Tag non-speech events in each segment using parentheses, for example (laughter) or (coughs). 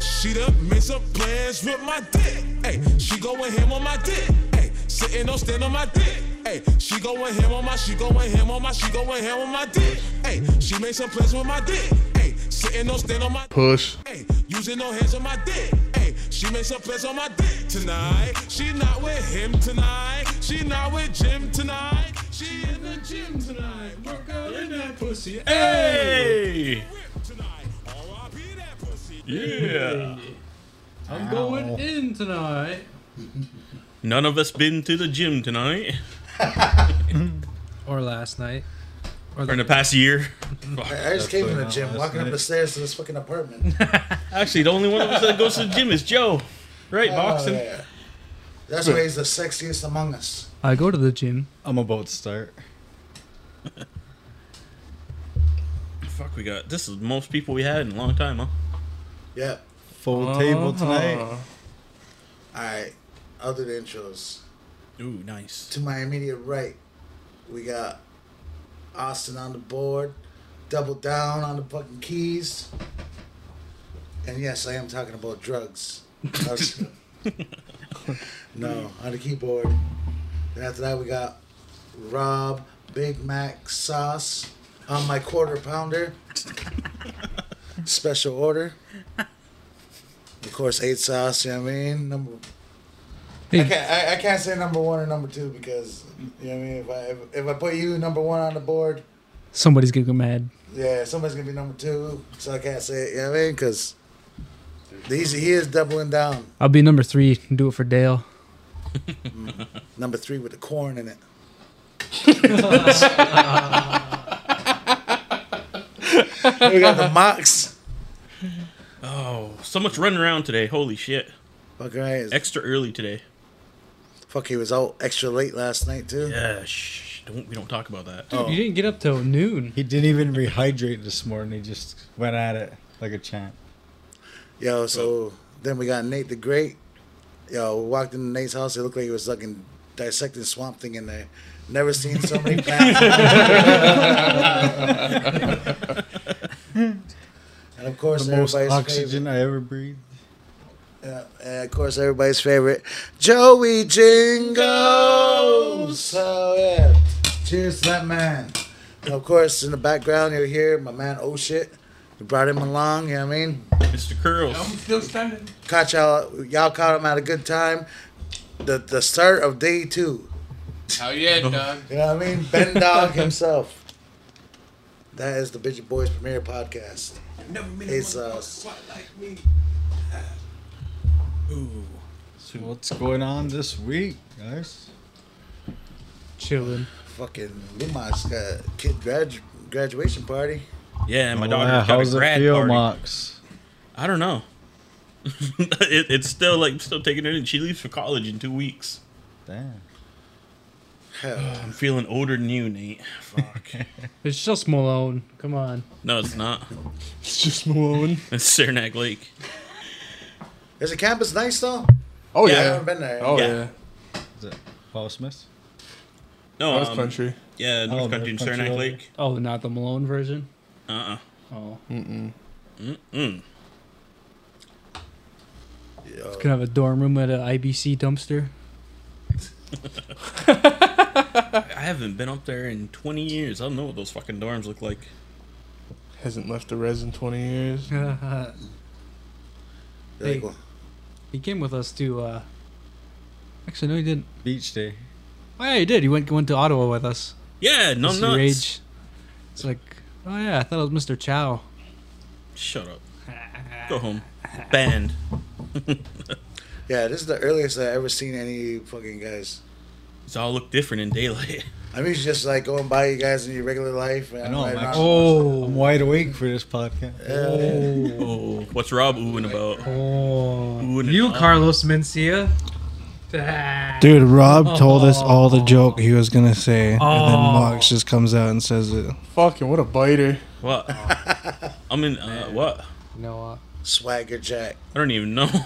She done made some plans with my dick. Hey, she goin' him on my dick. Hey, sitting on stand on my dick. Hey, she goin' him on my, she goin' him on my, she goin' him on my dick. Hey, she made some plans with my dick. Hey, sitting on stand on my Push. Hey, using no hands on my dick. Hey, she makes her place on my dick tonight. She not with him tonight. She not with Jim tonight. She in the gym tonight. Work out in that pussy. Hey. Hey, Rip tonight. R.I.P. that pussy. yeah. I'm Oh. going in tonight. None of us been to the gym tonight Or last night. or in the past year. I just came from the not gym, last walking up night. the stairs to this fucking apartment. Actually, the only one of us that goes to the gym is Joe. Right, Oh, boxing. yeah. That's why he's the sexiest among (laughs) us. I go to the gym. I'm about to start. Fuck, we got this is the most people we had in a long time, huh? Yep. Full table tonight. All right. Other intros. Ooh, nice. To my immediate right, we got Austin on the board, double down on the fucking keys. And yes, I am talking about drugs. I was- no, on the keyboard. Then after that, we got Rob, Big Mac, Sauce on my quarter pounder. Special order. Of course, eight sauce, you know what I mean? Number I can't, I, I can't say number one or number two because you know what I mean. If I if, if I put you number one on the board, Somebody's gonna get mad. yeah, somebody's gonna be number two. So I can't say it. You know what I mean? Because these he is doubling down. I'll be number three and do it for Dale. Number three with the corn in it. (laughs) we got the mocks. Oh, so much running around today. Holy shit. Fuck right. Extra early today. Fuck, he was out extra late last night too. Yeah, shh. Don't, we don't talk about that. Oh. You didn't get up till noon. He didn't even rehydrate this morning. He just went at it like a champ. Yo, so then we got Nate the Great. Yo, we walked into Nate's house. It looked like he was fucking dissecting Swamp Thing in there. Never seen so (laughs) many plants. (laughs) and of course, The most everybody's oxygen I ever breathed. favorite. Yeah, and of course, everybody's favorite, Joey Jingo. So yeah, cheers to that man. And of course, in the background, you'll hear my man. Oh shit, we brought him along. You know what I mean? Mr. Curls. still standing. caught y'all y'all caught him at a good time. The the start of day two. Hell Oh, yeah, dog. You know what I mean? Ben Dog himself. That is the Bitchy Boys premiere podcast. Never met It's, uh, like me. So what's going on this week, guys? Chilling. Fucking Lumas got a kid gradu- graduation party. Yeah, my Oh, daughter yeah, got how's a it grad feel, party. Mox? I don't know. (laughs) it, it's still like I'm still taking it in. She leaves for college in two weeks. Damn. Hell, I'm feeling older than you, Nate. Fuck. It's just Malone. Come on. no, it's not. It's just Malone. (laughs) It's Saranac Lake. is the campus nice though? Oh I yeah. haven't been there. Oh Yeah. yeah. Is it Paul Smith? No, That was um, country. Yeah, North Oh, Country North Country and Saranac over Lake. Oh, not the Malone version. Uh uh Oh, Mm. Yo, could have a dorm room at an IBC dumpster. I haven't been up there in 20 years. I don't know what those fucking dorms look like. Hasn't left the res in 20 years. there you hey. go. (laughs) he came with us to. uh Actually, no, he didn't. Beach day. Oh yeah, he did. He went went to Ottawa with us. Yeah, no Mr. nuts. Rage. It's like, oh yeah, I thought it was Mr. Chow. Shut up. Go home. Banned. (laughs) Yeah, this is the earliest I ever seen any fucking guys. It's all look different in daylight. I'm usually just like going by you guys in your regular life. And I know, I'm I'm like, actually- I'm Oh. wide awake for this podcast. Oh, (laughs) what's Rob oohing about? Oh. Oohing You, and- Carlos Mencia. Ah. Dude, Rob told us all the joke he was gonna say, and then Oh. Mox just comes out and says it. Fucking what a biter! What? I'm in. Uh, what? No, uh, Swagger Jack. I don't even know. (laughs)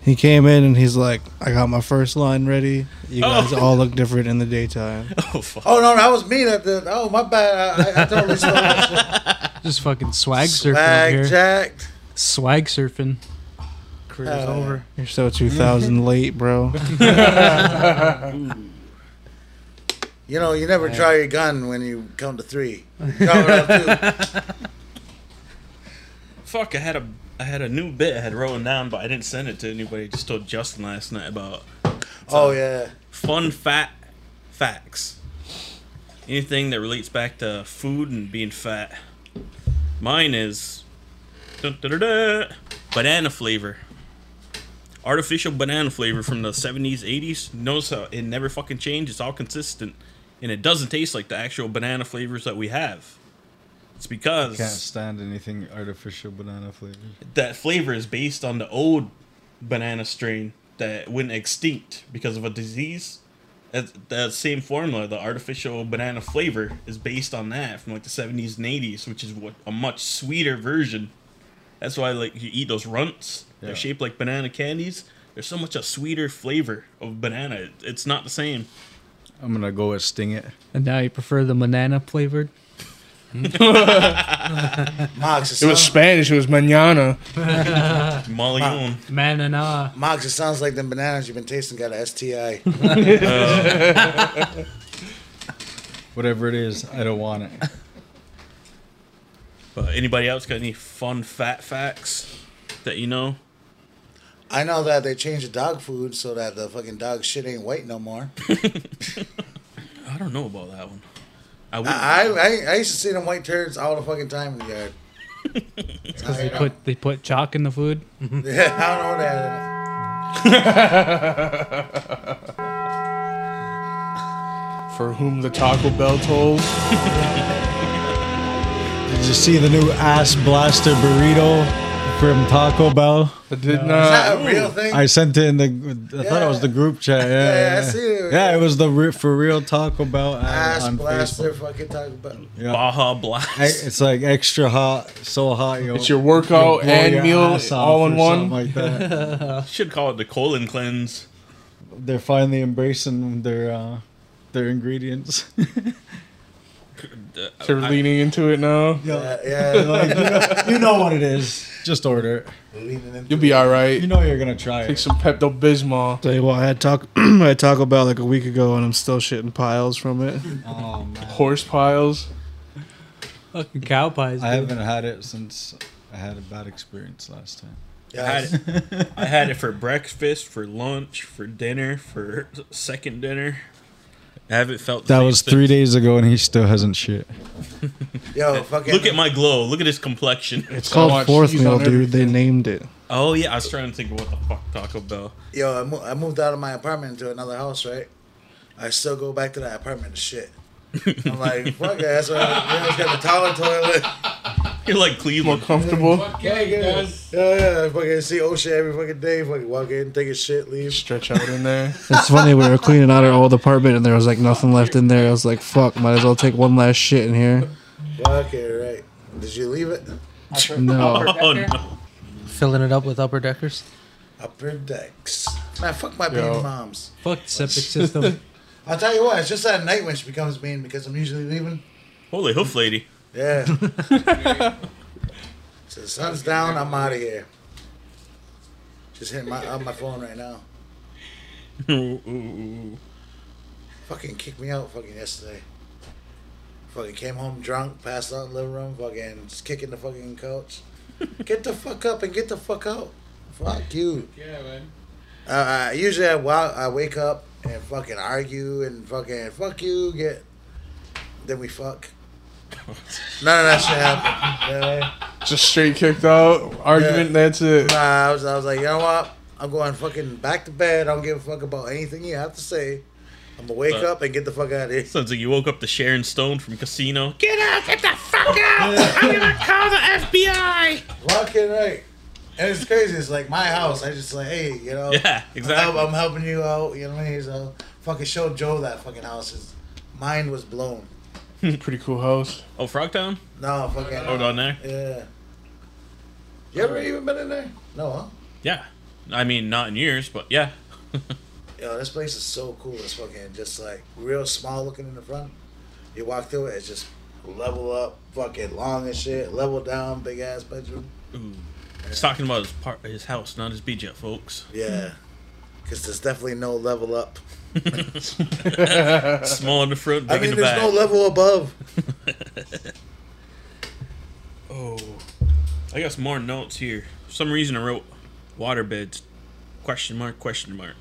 He came in and he's like, "I got my first line ready. You guys all look different in the daytime." Oh fuck. Oh no, that was me. That the oh my bad. I, I, I totally stole that shit. just fucking swag surfing Swag here. jacked. Swag surfing. Career's Uh, over. You're so (laughs) 2000 late, bro. You know, you never draw your gun when you come to three. Draw it up too. Fuck, I had a I had a new bit I had written down, but I didn't send it to anybody. I just told Justin last night about Oh yeah. fun fat facts. Anything that relates back to food and being fat. Mine is dun, dun, dun, dun, banana flavor. Artificial banana flavor from the 70s, 80s. Notice how it never fucking changed. It's all consistent. And it doesn't taste like the actual banana flavors that we have. It's because Can't stand anything artificial banana flavored. that flavor is based on the old banana strain that went extinct because of a disease. That that same formula, the artificial banana flavor, is based on that from like the 70s and 80s, which is what a much sweeter version. That's why like you eat those runts, Yeah. they're shaped like banana candies. There's so much a sweeter flavor of banana. It- It's not the same. I'm gonna go with sting it. And now you prefer the banana flavored? Mox, it, It was sounds, Spanish. It was manana. Molly on. Manana. Mox, it sounds like them bananas you've been tasting got a STI. Whatever it is, I don't want it. But anybody else got any fun fat facts that you know? I know that they changed the dog food so that the fucking dog shit ain't white no more. (laughs) I don't know about that one. I would I I, I used to see them white turds all the fucking time in the yard. Because they put, they put chalk in the food? Yeah, I don't (laughs) know that. For whom the Taco Bell tolls. (laughs) Did you see the new ass blaster burrito from Taco Bell? I did Is not. that a real thing? I sent it in the. I thought it was the group chat. Yeah, Yeah, yeah, I yeah. see it. Yeah, it was the re- for real Taco Bell ad Ass on blaster, Facebook. fucking talk about. Yeah. Baja Blast. I- uh, (laughs) It's like extra hot, so hot. You'll, It's your workout blow and your meal ass off all or in one. something Like that. (laughs) Should call it the colon cleanse. They're finally embracing their uh, their ingredients. (laughs) They're leaning into it now. Yeah, yeah. Like, you, know, you know what it is. Just order it. leaning into You'll be all You right. know you're gonna try Take it. some Pepto Bismol. Tell you what, I had Taco, (clears throat) I had Taco Bell like a week ago, and I'm still shitting piles from it. Oh man, Horse piles. Fucking cow pies. I dude. haven't had it since I had a bad experience last time. I yeah. had, it, I had it for breakfast, for lunch, for dinner, for second dinner. I haven't felt the That same was since. three days ago, and he still hasn't shit. Yo, fucking. Look at my glow. Look at his complexion. It's called called fourth fourth He's meal, on dude. dude. They They named it. Oh yeah, I was trying to think of what the fuck Taco Bell. (laughs) Yo, I, mo- I moved out of my apartment to another house, right? I still go back to that apartment to shit. (laughs) I'm like, fuck it, that's why I always got the tower toilet. (laughs) You're like More Cleveland. comfortable. Okay, guys. Yeah, yeah, I fucking see ocean every fucking day. Fucking walk in, take a shit, leave. Stretch out in there. (laughs) It's funny we were cleaning out our old apartment and there was like nothing left in there. I was like, fuck, might as well take one last shit in here. Fuck it, right. Did you leave it? No. Oh no. Filling it up with upper deckers. Upper decks. Man, fuck my Yo. bean moms. Fuck septic (laughs) system. I'll tell you what, it's just that night when she becomes mean because I'm usually leaving. Holy hoof lady. Yeah. so the sun's down, I'm out of here. Just hitting my on my phone right now. Ooh, ooh, ooh. Fucking kicked me out fucking yesterday. Fucking came home drunk, passed out in the living room, fucking just kicking the fucking couch. get the fuck up and get the fuck out. Fuck you. Yeah, man. Uh, I usually I, wa- I wake up and fucking argue and fucking fuck you, get. Then we fuck. None of that shit happened. Yeah. Just straight kicked out. Argument. That's it. Nah, I was, I was like, you know what? I'm going fucking back to bed. I don't give a fuck about anything you have to say. I'm gonna wake Uh, up and get the fuck out of here. Sounds like you woke up to Sharon Stone from Casino. Get out! Get the fuck out! I'm gonna call the FBI. Fucking right. And it's crazy. It's like my house. I just like, hey, you know, (laughs) Yeah, I'm, help- exactly. I'm helping you out. You know what I mean? So fucking show Joe that fucking house. His mind was blown. Pretty cool house. Oh, Frogtown. No, fucking. Hold on there. Yeah. You ever even been in there? No, huh? Yeah. I mean, not in years, but yeah. Yo, this place is so cool. It's fucking just like real small looking in the front. You walk through it, it's just level up, fucking long and shit, level down, big ass bedroom. Ooh. He's talking about his part, his house, not his BJ, folks. (laughs) Yeah. Because there's definitely no level up. Small in the front, I big mean, in the there's back. no level (laughs) above. Oh, I got some more notes here. For some reason I wrote waterbeds. Question mark? Question mark.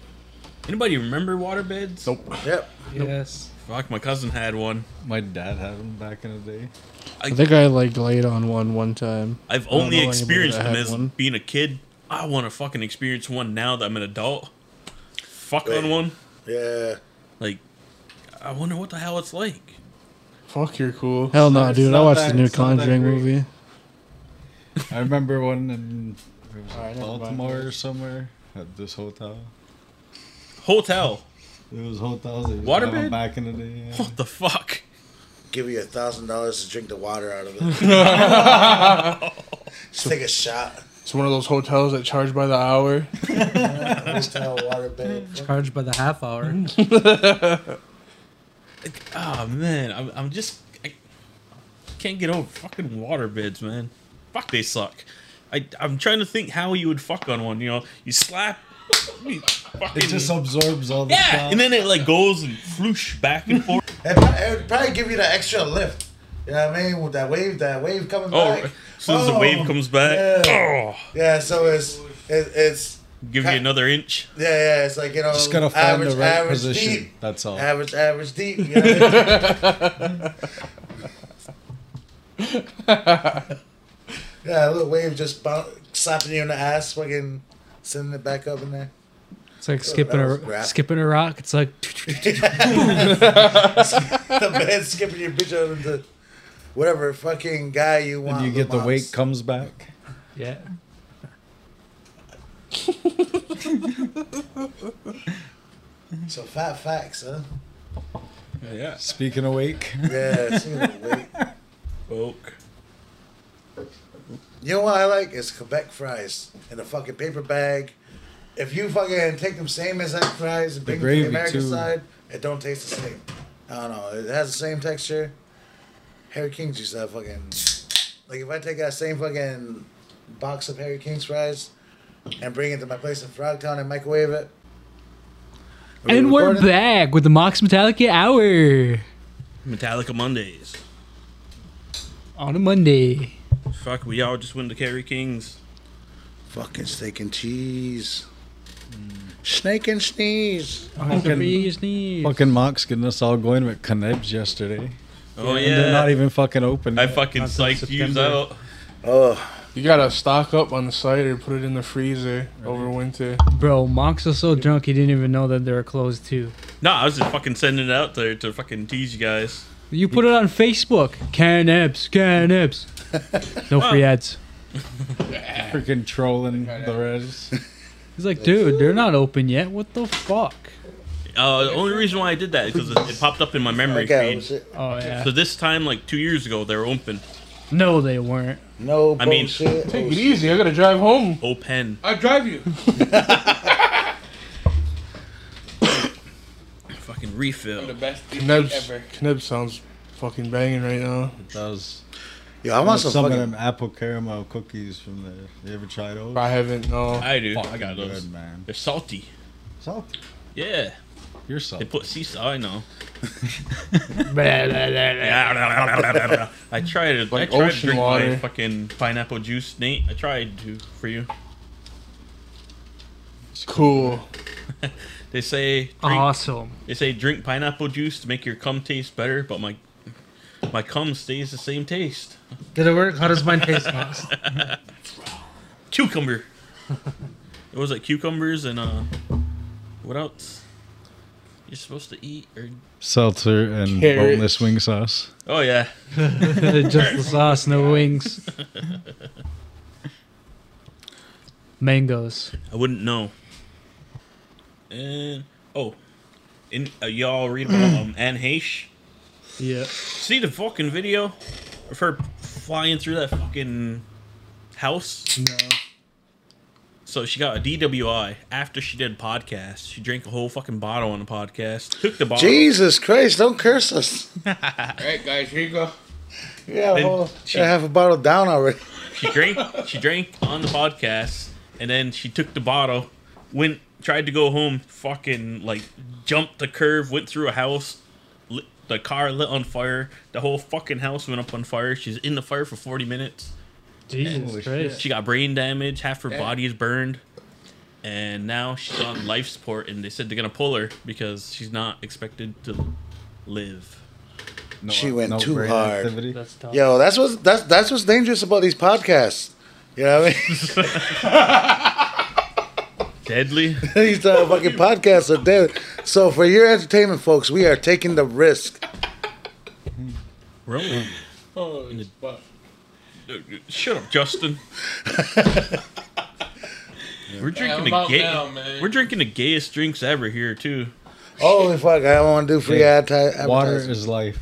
Anybody remember waterbeds? Nope. Yep. Yes. Fuck, my cousin had one. My dad had them back in the day. I think I like laid on one one time. I've don't know only anybody experienced that them had as one. being a kid. I want to fucking experience one now that I'm an adult. Fuck on Wait. one. Yeah. Like, I wonder what the hell it's like. Fuck, you're cool. Hell no, It's dude! I not watched that- the new it's not that Conjuring great. movie. I remember one (laughs) in it was Alright, never mind. Baltimore or somewhere at this hotel. Hotel. It was hotels. That used to Waterbed? have 'em back in the day. yeah. What the fuck? Give you a thousand dollars to drink the water out of it. (laughs) Just take a shot. It's one of those hotels that charge by the hour. Hotel water bed. Charged by the half hour. Oh man, I'm, I'm just I can't get over fucking water beds, man. Fuck, they suck. I I'm trying to think how you would fuck on one. You know, you slap. (laughs) you fucking, It just absorbs all the yeah, sound. and then it like goes and floosh back and forth. (laughs) It probably, it'd probably give you that extra lift. You know what I mean? With that wave, that wave coming Oh, back. as soon as the Oh, wave comes back, yeah. oh, Yeah, so it's it, it's give you another inch. yeah, yeah, it's like you know, Just gotta find average, the right average position. deep, That's all. average, average deep. You know what I mean? (laughs) yeah, a little wave just boun slapping you in the ass, fucking sending it back up in (laughs) there. It's like skipping was a graphic. skipping a rock. It's like the man skipping your bitch out into whatever fucking guy you want. And you get the Lamont's. weight comes back. yeah. So fat facts, huh? Yeah, Speaking of wake, Yeah, speaking of weight. spoke. You know what I like is Quebec fries in a fucking paper bag. If you fucking take them same exact fries and bring them to the gravy, American too. side, it don't taste the same. I don't know. It has the same texture. Harry King's used to have fucking like if I take that same fucking box of Harry King's fries and bring it to my place in Frogtown and microwave it. Are we And we're recording? back with the Mox Metallica Hour Metallica Mondays. on a Monday. Fuck, we all just went to Kerry King's. Fucking steak and cheese. Mm. Snake and sneeze. fucking, (laughs) fucking Mox getting us all going with Knebs yesterday. Oh And they're yeah, not even fucking open. I yet. fucking psyched you September. out. Oh, You gotta stock up on the cider, put it in the freezer over winter. Bro, Mox was so drunk he didn't even know that they were closed too. No, I was just fucking sending it out there to fucking tease you guys. You put it on Facebook. Can Ips, Can Ips. (laughs) No free ads. freaking trolling the (laughs) Reds. He's like, dude, they're not open yet. What the fuck? Uh, the only reason why I did that is because it, it popped up in my memory okay. feed. Oh yeah. So this time, like two years ago, they were open. No, they (laughs) weren't. No I mean- bullshit. Take it easy. I gotta drive home. Open. I drive you. (laughs) Fucking refill. The best ever. Knebs sounds fucking banging right now. That was Yo, I want some some of fucking them apple caramel cookies from there. You ever try those? I haven't. No. I do. I Fucking got those. good, man. They're salty. Salt. Yeah. You're They salt. put sea salt. (laughs) I know. Blah, blah, blah, blah. I tried to. Like I tried to ocean drink my water. fucking pineapple juice, Nate. I tried to for you. Cool. They say Uh-huh. drink, Awesome. they say drink pineapple juice to make your cum taste better, but my my cum stays the same taste. Did it work? How does mine taste, Mox? Cucumber. it was like cucumbers and uh, what else? You're supposed to eat or Seltzer and Carrots. boneless wing sauce. oh yeah. (laughs) Just the sauce, no wings. Mangoes. I wouldn't know. And oh, in uh, y'all read about um, (clears throat) Anne Heche? Yeah. See the fucking video of her flying through that fucking house. No. So she got a DWI after she did podcast. She drank a whole fucking bottle on the podcast. Took the bottle. Jesus Christ, don't curse us. All right, guys. Here you go. Yeah, Then well, she- I have a bottle down already. She drank. she drank on the podcast, and then she took the bottle, went, tried to go home, fucking like jumped the curve, went through a house, lit, the car lit on fire, the whole fucking house went up on fire. She's in the fire for forty minutes. Jesus Holy Christ. She got brain damage. Half her Yeah. body is burned, and now she's on life support. And they said they're gonna pull her because she's not expected to live. No, She went no too brain hard. activity. That's tough. Yo, that's what's that's that's what's dangerous about these podcasts. You know what I mean? (laughs) Deadly. these uh, fucking podcasts are dead. So for your entertainment, folks, we are taking the risk. Really? Holy fuck. Shut (laughs) up, Justin. We're I'm drinking the about gay. down, man. We're drinking the gayest drinks ever here too. Holy fuck! I don't want to do free ad advertising. Water is life.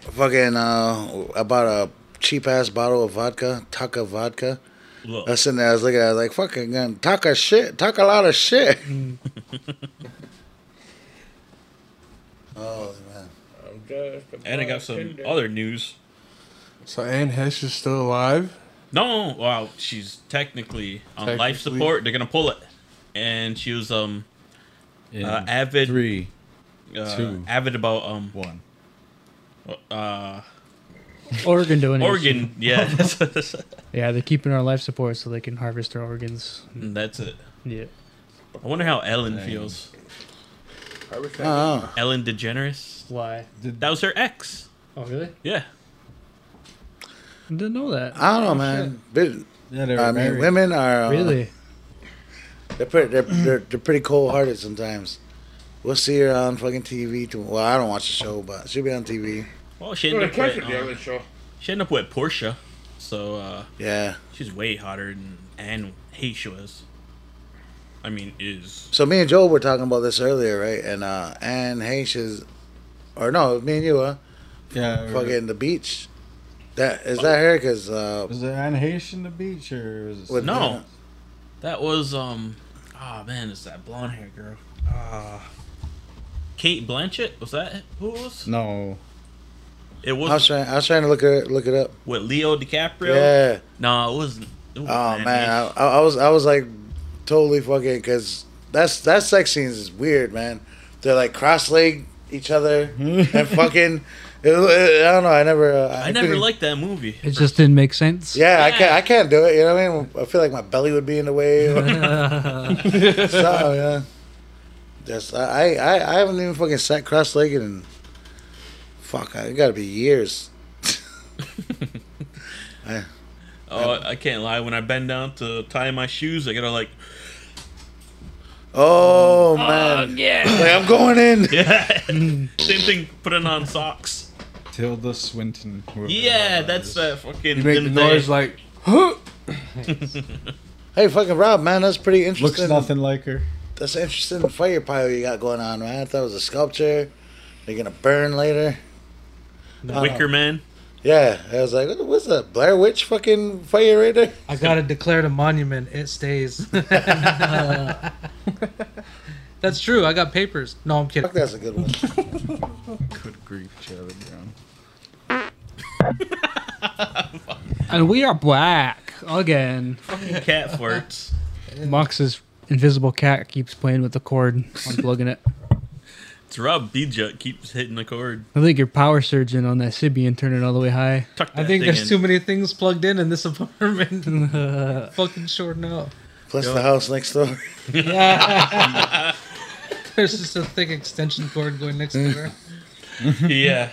fucking uh, I bought a cheap ass bottle of vodka, Taka vodka. Look, I was sitting there, I was looking at, it, I was like, fucking gun, talk a shit, talk a lot of shit. Mm. (laughs) oh man, I'm just a and I got some bartender. other news. So Anne Hesh is still alive. No, wow, she's technically on life Technically. support. They're gonna pull it, and she was um In uh, avid three, uh, two. avid about um one. uh Organ donation. (laughs) organ. Yeah, (laughs) that's, Yeah, they're keeping our life support so they can harvest our organs. that's it. Yeah. I wonder how Ellen Dang. feels. oh, Ellen DeGeneres. Why? That was her ex. Oh, really? Yeah. Didn't know that. I don't know, man. Bit- Oh, Yeah, they were I mean, married. women are uh, really? They're pretty, they're, Mm. they're, they're pretty cold hearted sometimes. We'll see her on fucking TV. Too. Well, I don't watch the show, but she'll be on TV. Well, she Well, ended of up course with, you did um, with show. she ended up with Portia, so uh, Yeah. she's way hotter than Anne Heche was. I mean, is So me and Joel were talking about this earlier, right? And uh, Anne Hayes is, or no, me and you, huh? Yeah. Fucking the beach. That is that her? Cause uh, Was it on Haitian the beach or was it? with no. That was um. Oh man, it's that blonde hair girl. Ah. Kate Blanchett was that who it was? No. It I was was trying. I was trying to look her look it up. with Leo DiCaprio. Yeah. No, it wasn't. It wasn't Oh Anne man, Heche. I, I I was I was like totally fucking because that's that sex scene is weird, man. They're like cross legged each other and fucking. (laughs) It, it- I don't know. I never. Uh, Mm-hmm. I never couldn't- liked that movie. It just didn't make sense. Yeah, I can't. I can't do it. You know what I mean? I feel like my belly would be in the way. (laughs) Or (laughs) (laughs) so yeah. Just I, I I haven't even fucking sat cross legged and fuck. I it got to be years. Oh, I- I can't lie. When I bend down to tie my shoes, I gotta like. (laughs) Oh man. yeah. Like I'm going in. Yeah. Same thing. Putting on socks. Tilda Swinton. whoever Yeah, that that's is. that fucking. You make the them day. noise like Hey, fucking Rob, man, that's pretty Looks interesting. nothing like her. That's an interesting fire pile you got going on, man. I thought it was a sculpture. They're gonna burn later. Wicker Man. Yeah, I was like, what- what's that Blair Witch fucking fire right there? I gotta declare the monument. (laughs) It stays. (laughs) That's true. I got papers. No, I'm kidding. Fuck, that's a good (laughs) one. Good grief, Charlie Brown. And we are black again. Cat farts. Mox's invisible cat keeps playing with the cord, unplugging it. It's Rob Bijut keeps hitting the cord. I think your power surgeon on that Sibian turned it all the way high. Tuck that I think thing there's in. too many things plugged in in this (laughs) apartment. Fucking shorting out. Plus the house next door. There's just a thick extension cord going next to her. (laughs) Yeah.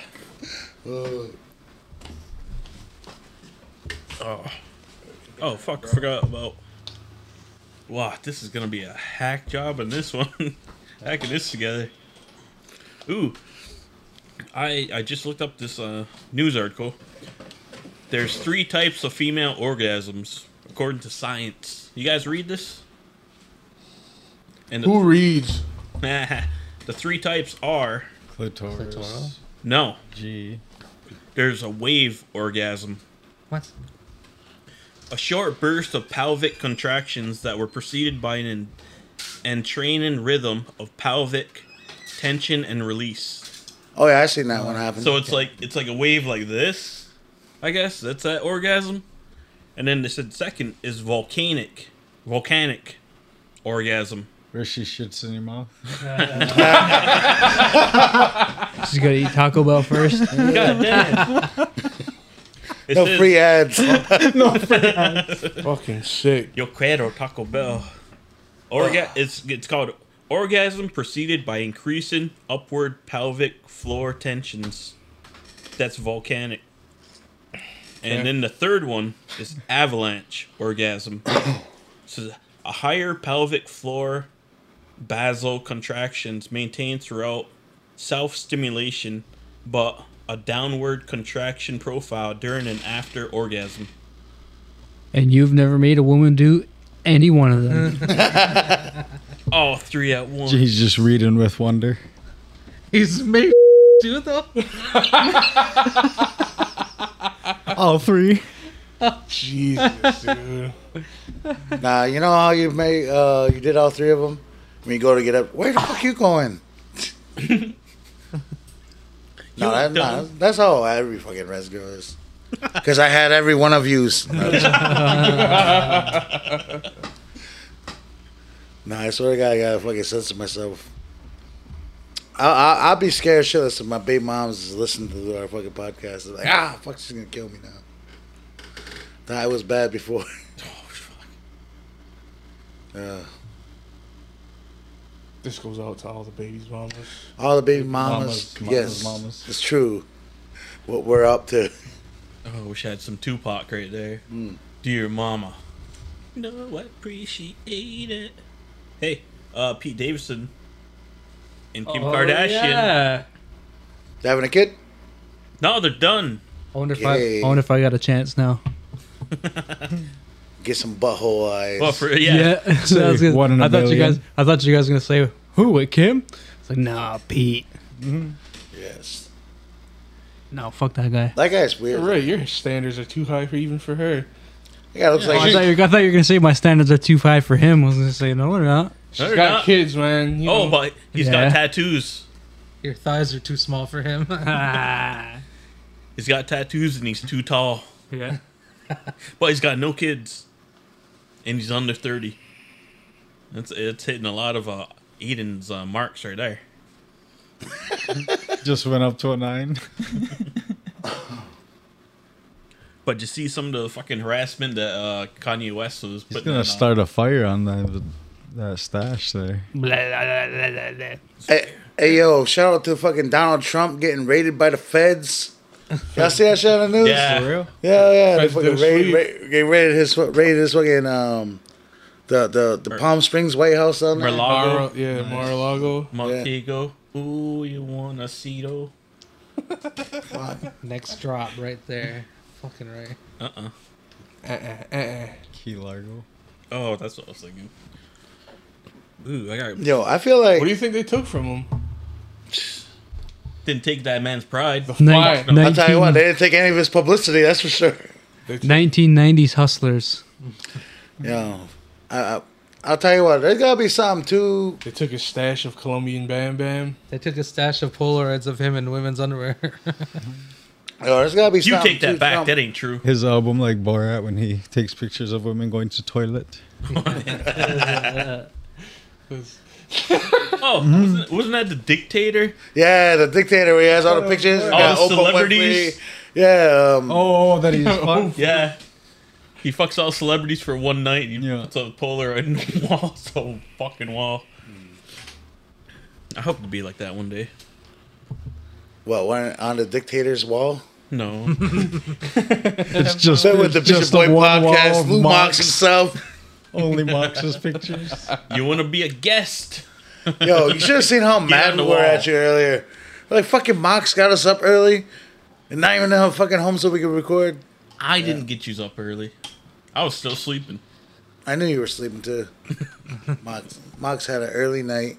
Oh fuck! Forgot about. Wow, this is gonna be a hack job in this (laughs) one. Hacking this together. Ooh, I I just looked up this uh, news article. There's three types of female orgasms according to science. You guys read this? And who reads? (laughs) the, the three types are Clitoris. Clitoral? no. G. There's a wave orgasm. What? a short burst of pelvic contractions that were preceded by an en- entrained rhythm of pelvic tension and release. Oh yeah, I seen that one happen. So it's like it's like a wave like this. I guess that's that orgasm. And then they said second is volcanic, volcanic orgasm. Where she shits in your mouth. She's gonna eat Taco Bell first. (laughs) God damn. It No says- free (laughs) ads. No free ads. Fucking sick. Yo quiero Taco Bell. Orga- it's it's called orgasm preceded by increasing upward pelvic floor tensions. That's volcanic. And then the third one is avalanche orgasm. so a higher pelvic floor basal contractions maintained throughout self stimulation, but a downward contraction profile during and after orgasm. And you've never made a woman do any one of them. All three at once. He's just reading with wonder. He's made (laughs) do it though. (laughs) All three. Jesus, dude. Nah, you know how you made uh, you did all three of them. When you go to get up, where the fuck you going? no, that, no, that's how every fucking rescue is. Because I had every one of yous. (laughs) Nah, I swear to God, I gotta fucking censor myself. I, I, I'll be scared shitless if my baby mom's is listening to our fucking podcast. They're like, ah, fuck, she's gonna kill me now. Nah, it was bad before. (laughs) Uh, This goes out to all the babies, mamas. all the baby mamas, Mamas, mamas, yes, mamas. it's true. What we're up to. Oh, wish I had some Tupac right there. Mm. Dear Mama. No, I appreciate it. Hey, uh, Pete Davidson and (laughs) Kim Oh, Kardashian. yeah. They having a kid? No, they're done. I wonder if I, I wonder if I got a chance now. Get some butthole eyes. Well, for- (laughs) I, was gonna- I thought you guys. I thought you guys were gonna say who with Kim. It's like nah, Pete. Yes. No, fuck that guy. That guy's weird. Right, your standards are too high for even for her. Yeah, looks Oh, I, thought you, were- I thought you were gonna say my standards are too high for him. I was gonna say no, they're not. (laughs) She's got kids, man. You oh, know. but he's Yeah. got tattoos. Your thighs are too small for him. (laughs) Ah. He's got tattoos and he's too tall. Yeah. (laughs) but he's got no kids. And he's under 30. That's it's hitting a lot of uh, Eden's uh, marks right there. Just went up to a nine. But you see some of the fucking harassment that uh, Kanye West He's was putting gonna in, uh, start a fire on that that stash there. Hey, hey, yo! Shout out to fucking Donald Trump getting raided by the feds. Y'all see that shit on the news? Yeah. For real? Yeah, yeah. They Feds fucking go raid, sweet. raid, they raided his, raided his fucking um, the the the Palm Springs White House down there. Mar-a-Lago. yeah, Mar-a-Lago. Montego. Ooh, you want a Cito? Next drop right there. Fucking right. Uh uh Uh-uh, uh-uh. Key Largo. Oh, that's what I was thinking. Ooh, I got. Yo, I feel like. What do you think they took from him? Didn't take that man's pride. The Nin- I will tell you what, they didn't take any of his publicity. That's for sure. 1990s hustlers. Yo, I, I, I'll tell you what. There's gotta be something too. They took a stash of Colombian Bam Bam. They took a stash of Polaroids of him in women's underwear. (laughs) Yo, there's gotta be You something. take that too back. Trump. That ain't true. (laughs) His album, like Borat, when he takes pictures of women going to toilet. Oh, wasn't, wasn't that the dictator? Yeah, the dictator. Where he has all the pictures. All got the Oprah celebrities. Winfrey. Yeah. Um, oh, that (laughs) he's Yeah. He fucks all celebrities for one night. And he puts a Polaroid (laughs) in the wall, so fucking wall. I hope to be like that one day. What? one on the dictator's wall? No. It's just That with it's the Bishop just a Boy one wall podcast. of Lou Mox. (laughs) Mox himself. Only Mox's pictures. You want to be a guest? Yo, you should have seen how mad on we the were wall. at you earlier. We're like fucking Mox got us up early, and not even in fucking home so we could record. I didn't get you up early. I was still sleeping. I knew you were sleeping (laughs) too. Mox, Mox had an early night.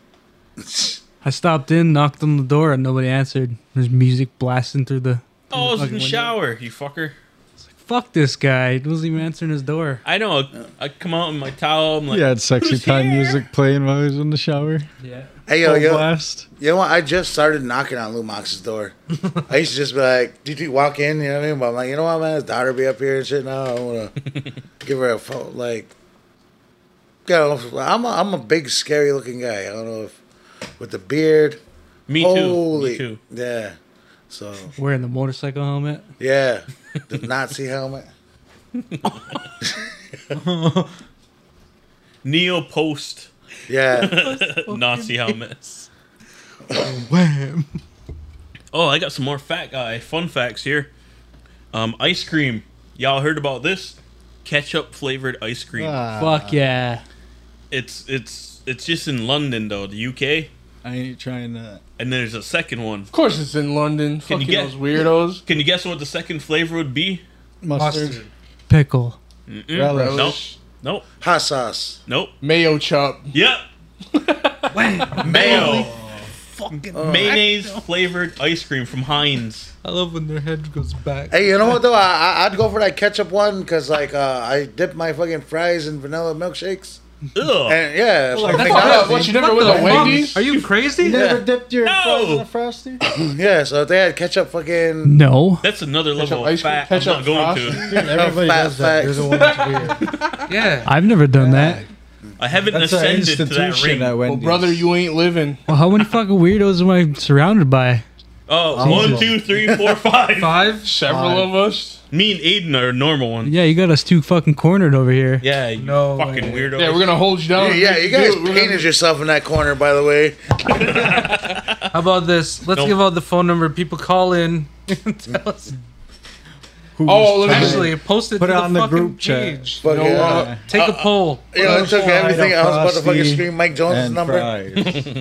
I stopped in, knocked on the door, and nobody answered. There's music blasting through the. Oh, I was in fucking the window. shower, you fucker. fuck this guy. He wasn't even answering his door. I know. I come out in my towel. I'm like, He had sexy time music playing while he was in the shower. Yeah. Hey yo, Full yo, blast. you know what? I just started knocking on Lou Mox's door. I used to just be like, "Did you walk in?" You know what I mean? But I'm like, you know what, man, his daughter be up here and shit. Now I want to give her a phone. Like, you know, I'm a, I'm a big, scary looking guy. I don't know if with the beard. Me too. Me Holy, too. Yeah. So Wearing the motorcycle helmet. yeah, the Nazi helmet. Neo post. Yeah. Nazi helmets. Wham. Oh, I got some more fat guy fun facts here. Um, ice cream. Y'all heard about this? Ketchup flavored ice cream. Ah. Uh, Fuck yeah. It's it's it's just in London though, the UK. I ain't trying that. And there's a second one. Of course, it's in London. Can Fucking you guess those weirdos. Can you guess what the second flavor would be? Mustard. Pickle. Mm-mm. Relish. Nope. Nope. Hot sauce. Nope. Mayo chop. Yep. Mayo. Fucking Uh, Mayonnaise flavored ice cream from Heinz. I love when their head goes back. Hey, you know what though? I, I I'd go for that ketchup one because like uh, I dip my fucking fries in vanilla milkshakes. Ugh. And yeah, Well, like that's McDonald's. what- what, you never What went to the fuck? Wendy's? Are you crazy? Yeah. Never dipped your fries in a frosty? yeah, so if they had ketchup fucking No. That's another level of ice cream, fat I'm ketchup not going frosting. to. Everybody Fat does that. You're facts. the (laughs) one that's weird. Yeah. I've never done that. I haven't That's an ascended to that institution ring. at Well, Wendy's. brother, you ain't living. Well, how many fucking weirdos am I surrounded by? Oh, one, two, three, four, five. Five? Several of us. Me and Aiden are normal ones. Yeah, you got us two fucking cornered over here. Yeah, you No fucking way. weirdo. Yeah, we're gonna hold you down. Yeah, yeah, you Dude, guys we're gonna- painted yourself in that corner, by the way. How about this? Let's Nope. give out the phone number. People call in. and (laughs) tell us. Oh, let me Actually, post it Put to it the on the fucking group chat. page. Fuck No, yeah. uh, Take a (laughs) poll. You know, it took everything. I was about to fucking Frosty scream Mike Jones' And number. fries.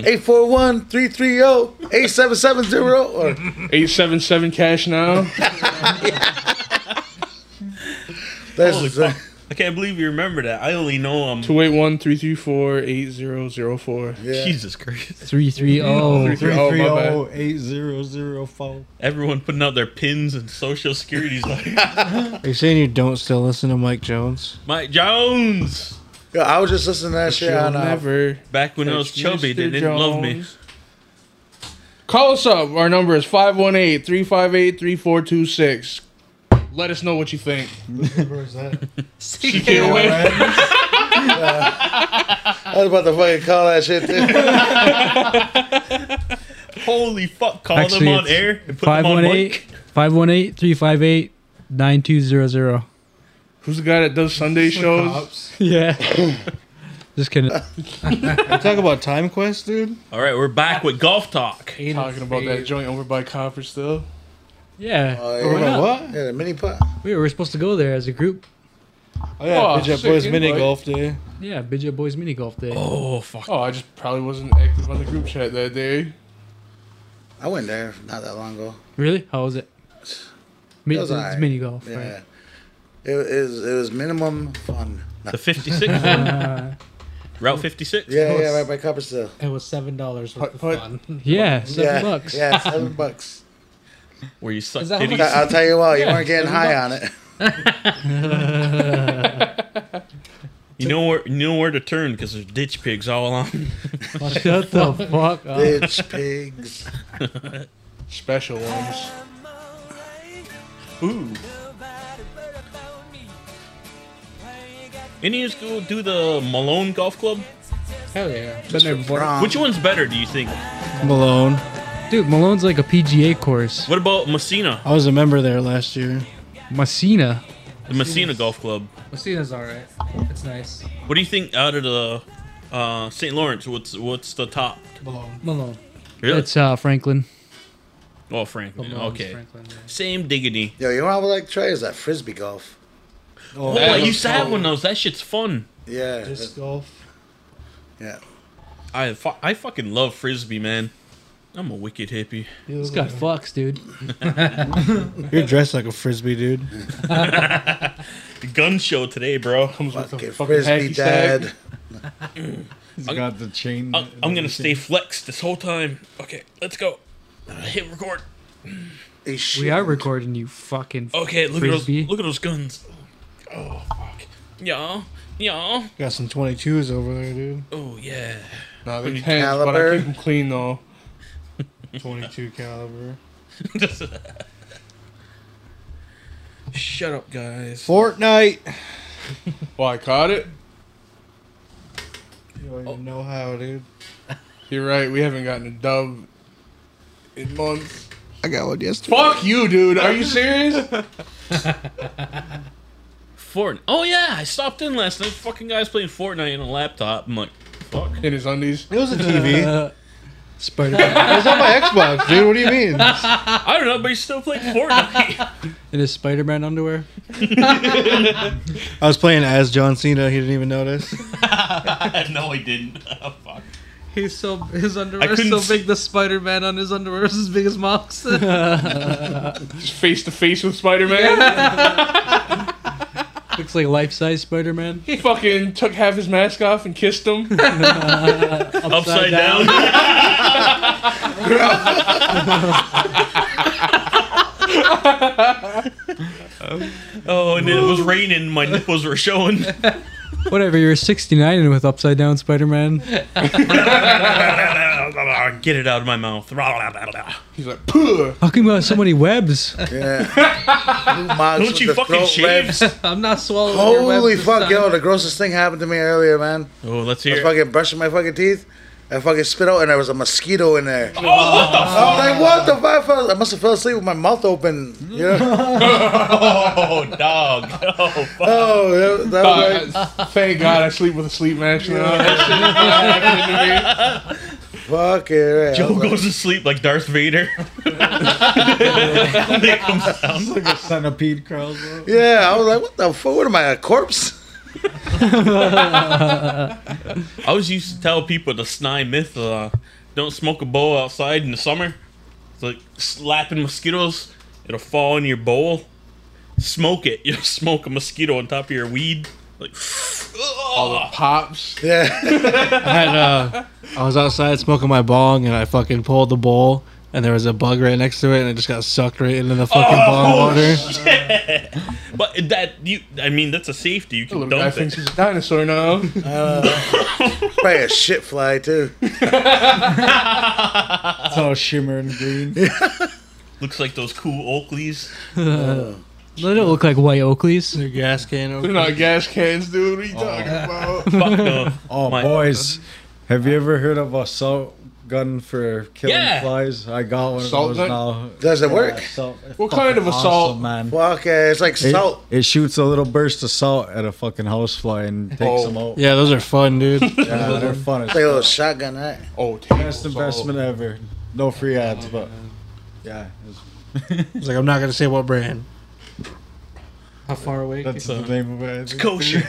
841-330-8770. Or- eight seven seven cash now. Holy That's, fuck. I can't believe you remember that. I only know um. Two eight one three three four eight zero zero four. yeah. (laughs) Jesus Christ. Three three oh. (laughs) Three- oh, my bad. 330-8004. Everyone putting out their pins and social securities (laughs) like Are you saying you don't still listen to Mike Jones? Mike Jones. Yo, I was just listening to that shit You'll on uh, never Back when I was Mr. chubby, they didn't love me. Jones. Call us up. Our number is 518 358 3426. Let us know what you think. I was about to fucking call that shit. too. Oh, Holy fuck! Call Actually, them on it's air and put them on mic. 518 518 358 9200. Who's the guy that does Sunday shows? Yeah. (laughs) Just (laughs) kidding. Talk about Time Quest, dude. All right, we're back with golf talk. Talking about that joint over by Copper still. Yeah. Oh, Or yeah. what? Yeah, the mini putt. We were supposed to go there as a group. Oh yeah, Oh, Bridge Up sick Boys invite. mini golf day. Yeah, Bidget Boys Mini Golf Day. Oh fuck! Oh, I just probably wasn't active on the group chat that day. I went there not that long ago. Really? How was it? Mi- It was it's alright. mini golf. Yeah. right. It was it was minimum fun. (laughs) The 56 one, Uh, Route 56. Yeah, yeah, right by Copperstill. It was seven dollars worth Put- put- of fun. (laughs) Yeah, seven yeah, bucks. Yeah, seven bucks. Where you suck Is that how titties. much- I'll tell you what, you weren't getting high on it. You know where you know where to turn because there's ditch pigs all along. (laughs) Shut the fuck up. Bitch, pigs. Special ones. Ooh. Any of us go do the Malone Golf Club? Hell yeah. Been there before. Wrong. Which one's better, do you think? Malone. Dude, Malone's like a PGA course. What about Messina? I was a member there last year. Messina. The Messina Golf Club. Messina's alright. It's nice. What do you think out of the uh, St. Lawrence? What's what's the top? Malone. Really? It's uh, Franklin. oh, Franklin. Malone's okay. Franklin, yeah. Same diggity. Yo, you know what I would like to try is that frisbee golf. Oh, that I looks used to have one of those. That shit's fun. Yeah, Disc golf. yeah. I fu- I fucking love frisbee, man. I'm a wicked hippie. This guy fucks, dude. You're dressed like a frisbee, dude. The gun show today, bro. Comes with Fucking a fucking frisbee hacky sack. dad. He's got the Oh, chain. I'm, I'm gonna stay flexed this whole time. Okay, let's go. Uh, hit record. We are recording you fucking Okay, look at those. frisbee. Look at those guns. Oh fuck. Yeah, yeah. Got some 22s over there, dude. Oh yeah. Nah, When they're you- tense, but I Caliber. keep them clean though. 22 caliber. Shut up, guys. Fortnite. Well, I caught it. You don't even know how, dude. You're right. We haven't gotten a dub in months. I got one yesterday. Fuck you, dude. Are you serious? Fortnite. Oh yeah, I stopped in last night. Fucking guys playing Fortnite on a laptop. I'm like, fuck. In his undies. It was a TV. Spider. it was on my Xbox, dude. What do you (laughs) mean? I don't know, but he still played Fortnite. In his Spider Man underwear. I was playing as John Cena. He didn't even notice. (laughs) no, he didn't. (laughs) Oh, fuck. He's so his I underwear is couldn't so s- big. The Spider Man on his underwear is as big as (laughs) Mox. Just face to face with Spider Man. Looks like life size Spider Man. He fucking took half his mask off and kissed him. Upside, down. Oh, and it was raining. My nipples were showing. (laughs) Whatever, you're 69 and with Upside Down Spider Man. Get it out of my mouth. He's like, Puh. How come you got so many webs? Don't you fucking shave? I'm not swallowing. your webs Holy this fuck, time. yo, the grossest thing happened to me earlier, man. Oh, let's I hear. was it. fucking brushing my fucking teeth. I fucking spit out, and there was a mosquito in there. Oh, what the I was like, what the fuck? I fell- I must have fell asleep with my mouth open. You oh, dog. Oh, fuck. Oh, that, that was like, Thank God I sleep with a sleep mask now. fuck it. Right. I Joe was like, goes to sleep like Darth Vader. They come down. like a centipede crawls up. yeah, I was like, what the fuck? What am I, a corpse? I was used to tell people the snide myth: uh, don't smoke a bowl outside in the summer. It's like slapping mosquitoes; it'll fall in your bowl. Smoke it; (laughs) you'll smoke a mosquito on top of your weed. Like, (sighs) All the pops. Yeah. I had, uh, I was outside smoking my bong, and I fucking pulled the bowl, and there was a bug right next to it, and it just got sucked right into the fucking bong water. shit. But that you—I mean, that's a safety. You can Little guy dump thinks it. he's a dinosaur (laughs) now. Probably a shit fly, too. It's all shimmering green. Looks like those cool Oakleys. They don't look like white Oakleys. Their gas can They're open. not gas cans, dude. What are you (laughs) talking about? (laughs) Fuck no. Oh, My- boys, have you ever heard of a salt gun for killing Yeah. flies? I got one Salt of gun? those now. Does it work? Salt- What fucking kind of a salt? awesome, man? Fuck it. It's like It, salt. it shoots a little burst of salt at a fucking housefly and takes Oh. them out. Yeah, those are fun, dude. Yeah, they're fun. It's like a as fuck. little shotgun, right? Oh, tables, Best all investment ever. No free ads, but yeah, it's- It's like I'm not gonna say what brand. How far away? (laughs) that's the name of it. It's (laughs) kosher.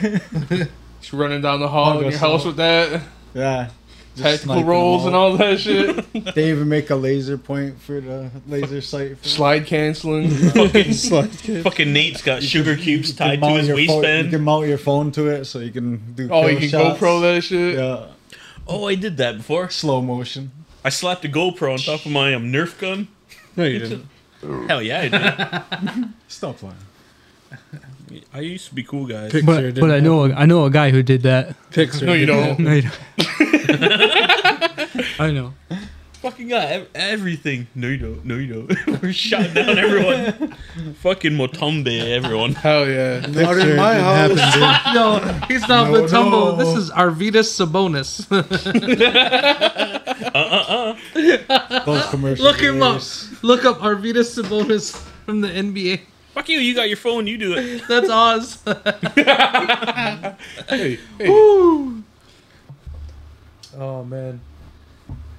Just running down the Oh, hall in your house with that. Yeah. Just Tactical sniping rolls them and out. all that (laughs) shit. They even make a laser point for the laser sight. For (laughs) Slide canceling. fucking, Slide. (laughs) fucking Nate's got sugar cubes You can tied to mount his your phone- you waistband. can mount your phone to it so you can do. Oh, you kill can shots. GoPro that shit. Yeah, Oh, I did that before. slow motion. I slapped a GoPro on top of my um, Nerf gun. No, you didn't. Hell yeah, I did. Stop playing. (laughs) I used to be cool, guys. But, but I know a, I know a guy who did that. Pixar. (laughs) No, you don't. No, you don't. I know. Fucking got ev- everything. No, you don't. No, you don't. (laughs) We're shutting down everyone. Fucking Motombe, everyone. Hell yeah. Not in my house. No, he's not No, Matumbo. no. This is Arvidas Sabonis. (laughs) Those commercials. Look him are up. Look up Arvidas Sabonis from the NBA. (laughs) Fuck you. You got your phone. You do (laughs) it. That's Oz. Hey, hey. Oh man.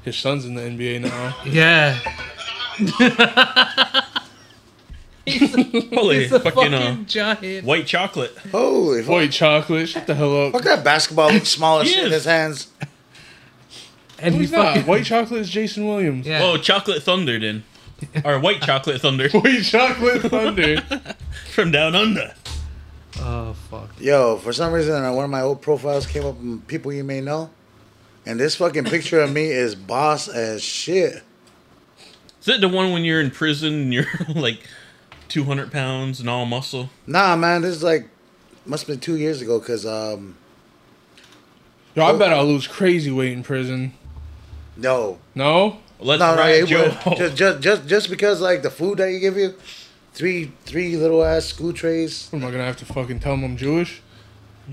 His son's in the NBA now. Yeah. Holy He's a fucking, fucking uh, giant. white chocolate. Holy fuck. Boy, chocolate. Shut the hell up. Fuck that basketball looks small as He shit in is. his hands. And he No, he's not. fucking. White chocolate is Jason Williams. Yeah. Oh, chocolate thunder then, or white chocolate thunder (laughs) White chocolate thunder. from down under. Oh fuck. Yo, for some reason, uh, one of my old profiles came up from people you may know, and this fucking picture of me is boss as shit. Is that the one when you're in prison and you're (laughs) like 200 pounds and all muscle? Nah, man, this is like must have been two years ago because um, Yo, I bet I'll lose crazy weight in prison. No. No? no, no, it (laughs) was just, just just just because like the food that you give you, three three little ass school trays. Am I gonna have to fucking tell them I'm Jewish?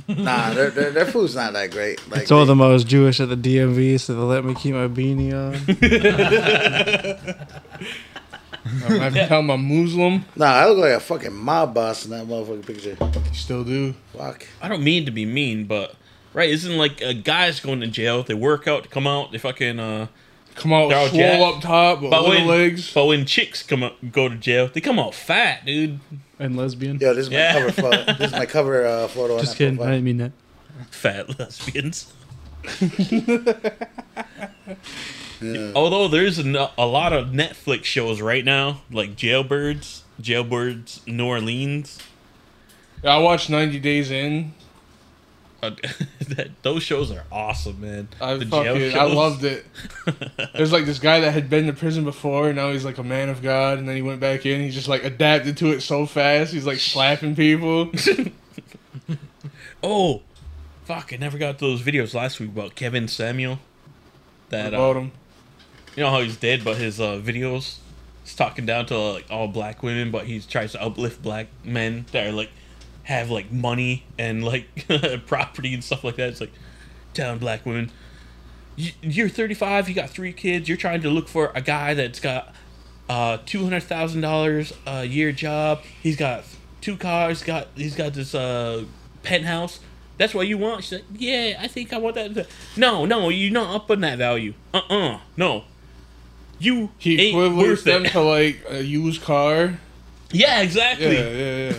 Nah, their, their, their food's not that great. I Like told them I was Jewish at the DMV, so they let me keep my beanie on. I'm gonna have to tell them I'm Muslim. Nah, I look like a fucking mob boss in that motherfucking picture. You still do. Fuck. I don't mean to be mean, but right, isn't like a guy's going to jail. They work out, come out, they fucking uh, come out they're all swole up top, but little when, legs. But when chicks come out, go to jail, they come out fat, dude. And lesbian. Yo, this is my Yeah. cover photo. This is my cover uh, photo. on Just that kidding. I profile. didn't mean that. Fat lesbians. Although there's an, a lot of Netflix shows right now, like Jailbirds, Jailbirds New Orleans. (laughs) I watched 90 Days In. that, those shows are awesome, man. I The jail fucking, I shows. loved it. There's like this guy that had been to prison before, and now he's like a man of God, and then he went back in. He just like adapted to it so fast. He's like slapping people. Oh, fuck! I never got to those videos last week about Kevin Samuel. That What about uh, him? You know how he's dead, but his uh, videos, he's talking down to like all black women, but he tries to uplift black men that are like have like money and like (laughs) property and stuff like that. It's like down black women. You- You're 35. You got three kids. You're trying to look for a guy that's got uh, two hundred thousand dollars a year job. He's got two cars. Got he's got this uh, penthouse. That's what you want. She's like, yeah, I think I want that. No, no, you're not up on that value. Uh, uh no. You He ain't equates worth them it. to like a used car. Yeah, exactly. Yeah, yeah, yeah.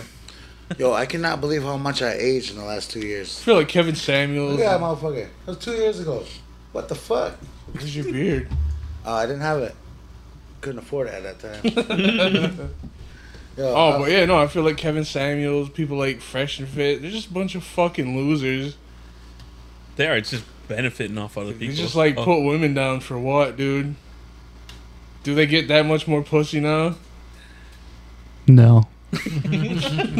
Yo, I cannot believe how much I aged in the last two I years. feel like Kevin Samuels. Look at that motherfucker. That was two years ago. What the fuck? Where's your beard? Uh, I didn't have it. Couldn't afford it at that time. Yo, uh, Oh, I- but yeah, no, I feel like Kevin Samuels, people like Fresh and Fit, they're just a bunch of fucking losers. They are just benefiting off other They people. just like Oh. put women down for what, dude? Do they get that much more pussy now? No.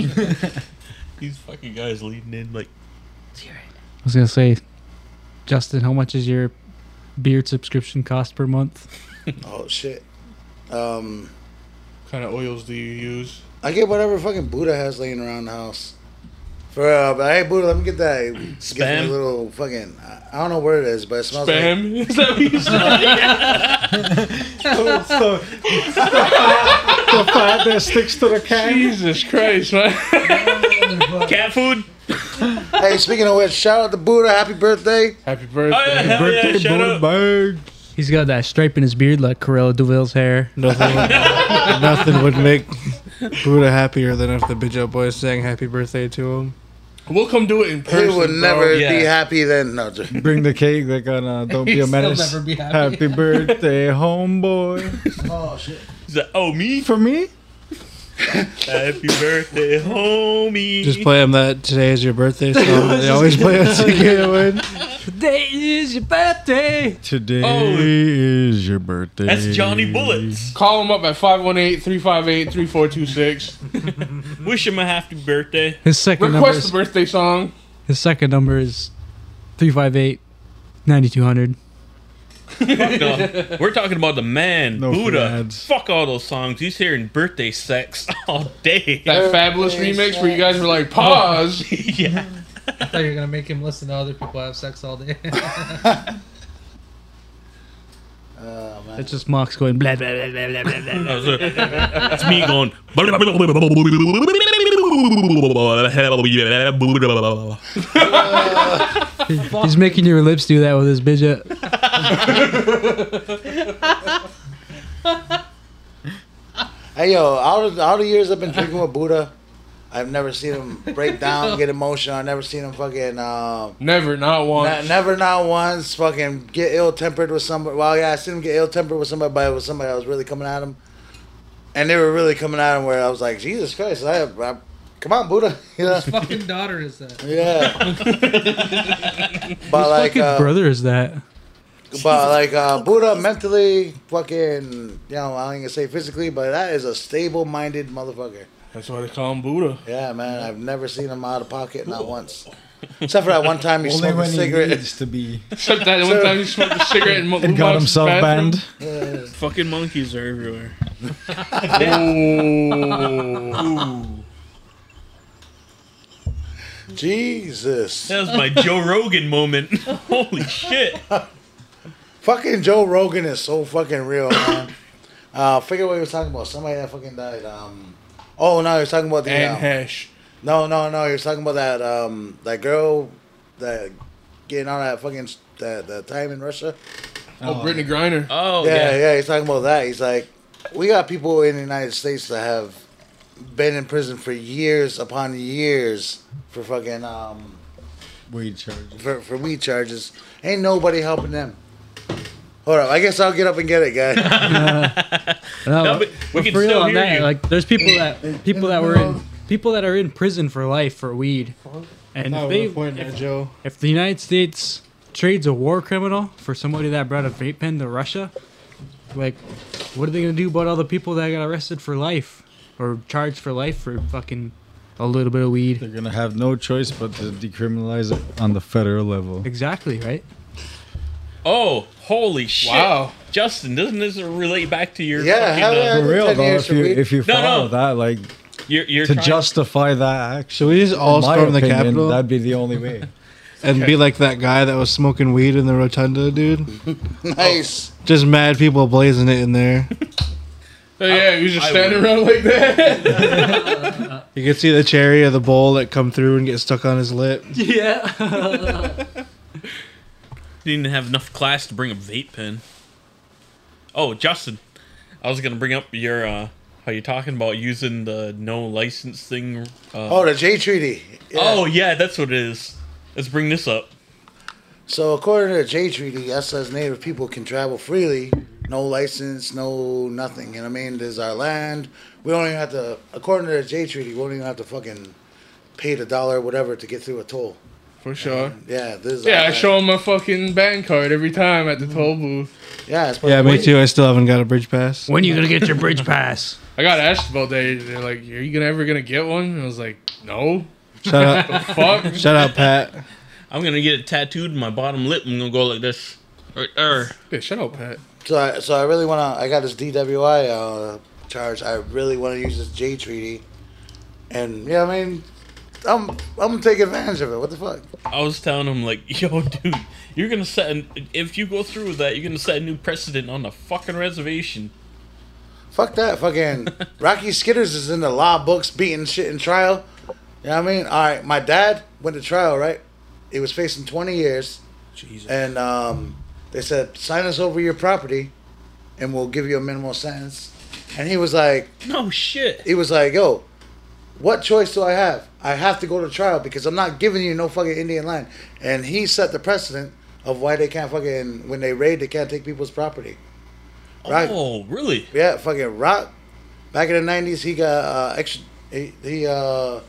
These fucking guys leading in like. I was gonna say, Justin, how much is your beard subscription cost per month? oh shit. Um, what kind of oils do you use? I get whatever fucking Buddha has laying around the house. For uh, but hey Buddha, let me get that. Spam. Spam? little fucking. I- I don't know what it is, but it smells Spam? like. Is that what you so, (laughs) so, the fat that sticks to the cat. (laughs) Jesus Christ, man. (laughs) Cat food. hey, speaking of which, shout out to Buddha. Happy birthday. Happy birthday. Birthday Oh, bird. He's got that stripe in his beard like Corella Deville's hair. Nothing. Nothing would make Buddha happier than if the Big Joe Boys sang happy birthday to him. We'll come do it in He person. will bro. never be happy then. No, just- Bring the cake, like on uh, Don't Be a (laughs) He'll Menace. never be happy. happy birthday, (laughs) homeboy. oh shit. He's like, oh me for me. Happy birthday, homie. Just play him that today is your birthday song. that they always (laughs) play it to get it win. Today is your birthday. Today Oh. is your birthday. Bullets. Call him up at 518 358 3426. Wish him a happy birthday. His second number Request is, the birthday song. his second number is 358 9200. (laughs) Fuck no. We're talking about the man, No free Buddha. ads. Fuck all those songs. He's hearing birthday sex (laughs) all day. That fabulous remix where you guys were like, pause. (laughs) yeah. I thought you were gonna make him listen to other people have sex all day. (laughs) Oh man. That's just Mox going blah, blah, blah, blah, blah, blah, blah. That was it. That's me going. (laughs) That's He's making your lips do that with his bidget. Hey yo, all the all the years I've been drinking with Buddha, I've never seen him break (laughs) down, get emotional. I've never seen him fucking. Um, Never, not Ne- once. never not once fucking get ill tempered with somebody. Well, yeah, I seen him get ill tempered with somebody, but it was somebody that was really coming at him, and they were really coming at him where I was like, Jesus Christ, I, I come on, Buddha, (laughs) you know? Whose fucking daughter is that? yeah. Whose but like, fucking uh, brother is that? But like uh, Buddha, mentally, fucking, you know, I ain't gonna say physically, but that is a stable-minded motherfucker. That's why they call him Buddha. Yeah, man, I've never seen him out of pocket, not once. Except for that one time he smoked a cigarette. needs to be. Except that one time he smoked a cigarette and, And got himself banned. Fucking monkeys are everywhere. Jesus. That was my Joe Rogan moment. (laughs) Holy shit. Fucking Joe Rogan is so fucking real, man. (coughs) uh, figure what he was talking about. Somebody that fucking died. Um, oh no, he was talking about the And um, hash. No, no, no. He was talking about that um that girl that getting on that fucking s- that that time in Russia. Oh, Brittany Griner. Oh yeah, yeah, He's talking about that. He's like, we got people in the United States that have been in prison for years upon years for fucking um Weed charges. for, for weed charges. Ain't nobody helping them. Hold up, I guess I'll get up and get it, guy. (laughs) No, No, but but we we can for real still on hear that. you. Like, there's people that people that were in people that are in prison for life for weed, and Oh, good if they point there, Joe. if the United States trades a war criminal for somebody that brought a vape pen to Russia, like, what are they gonna do about all the people that got arrested for life or charged for life for fucking a little bit of weed? They're gonna have no choice but to decriminalize it on the federal level. Exactly right. Oh, holy shit. Wow. Justin, doesn't this relate back to your Yeah, fucking, how did uh, I For real though, if you if you No, no. follow that, like You're, you're to trying- justify that action, Should we just all in my storm the opinion, Capitol? That'd be the only (laughs) way. and be like that guy that was smoking weed in the rotunda, dude. nice. Just mad people blazing it in there. Oh, yeah, he was just I standing would. around like that. You could see the cherry of the bowl that come through and get stuck on his lip. Yeah. didn't have enough class to bring a vape pen. Oh, Justin, I was gonna bring up your uh, how you talking about using the no license thing. Uh, oh, the J Treaty. Oh yeah, that's what it is. Let's bring this up. So according to the J Treaty, us as Native people can travel freely, no license, no nothing. You know what I mean? This is our land. We don't even have to. According to the J Treaty, we don't even have to fucking pay the dollar, or whatever, to get through a toll. For sure. Yeah, this is. Yeah, our I land. show him my fucking bank card every time at the toll booth. Yeah, it's Yeah, me too. I still haven't got a bridge pass. When you gonna get your bridge pass? I got asked about that. They're like, "Are you gonna ever gonna get one?" And I was like, "No." Shut (laughs) up. The fuck. Shut up, Pat. I'm gonna get it tattooed in my bottom lip. I'm gonna go like this. Right there. Yeah, shut up, Pat. So, I, so I really want to. I got this DWI uh, charge. I really want to use this J Treaty, and yeah, I mean, I'm I'm gonna take advantage of it. What the fuck? I was telling him like, (laughs) yo, dude, you're gonna set an, if you go through with that, you're gonna set a new precedent on the fucking reservation. Fuck that. (laughs) Fucking Rocky Skitters is in the law books, beating shit in trial. You know what I mean? All right, my dad went to trial. Right, he was facing 20 years, Jesus. and um, they said sign us over your property, and we'll give you a minimal sentence. And he was like, No shit. he was like, "Yo, what choice do I have? I have to go to trial because I'm not giving you no fucking Indian land." And he set the precedent of why they can't fucking when they raid, they can't take people's property. Right? Oh, really? Yeah, fucking Rock. Back in the '90s, he got uh, extra. He, he uh,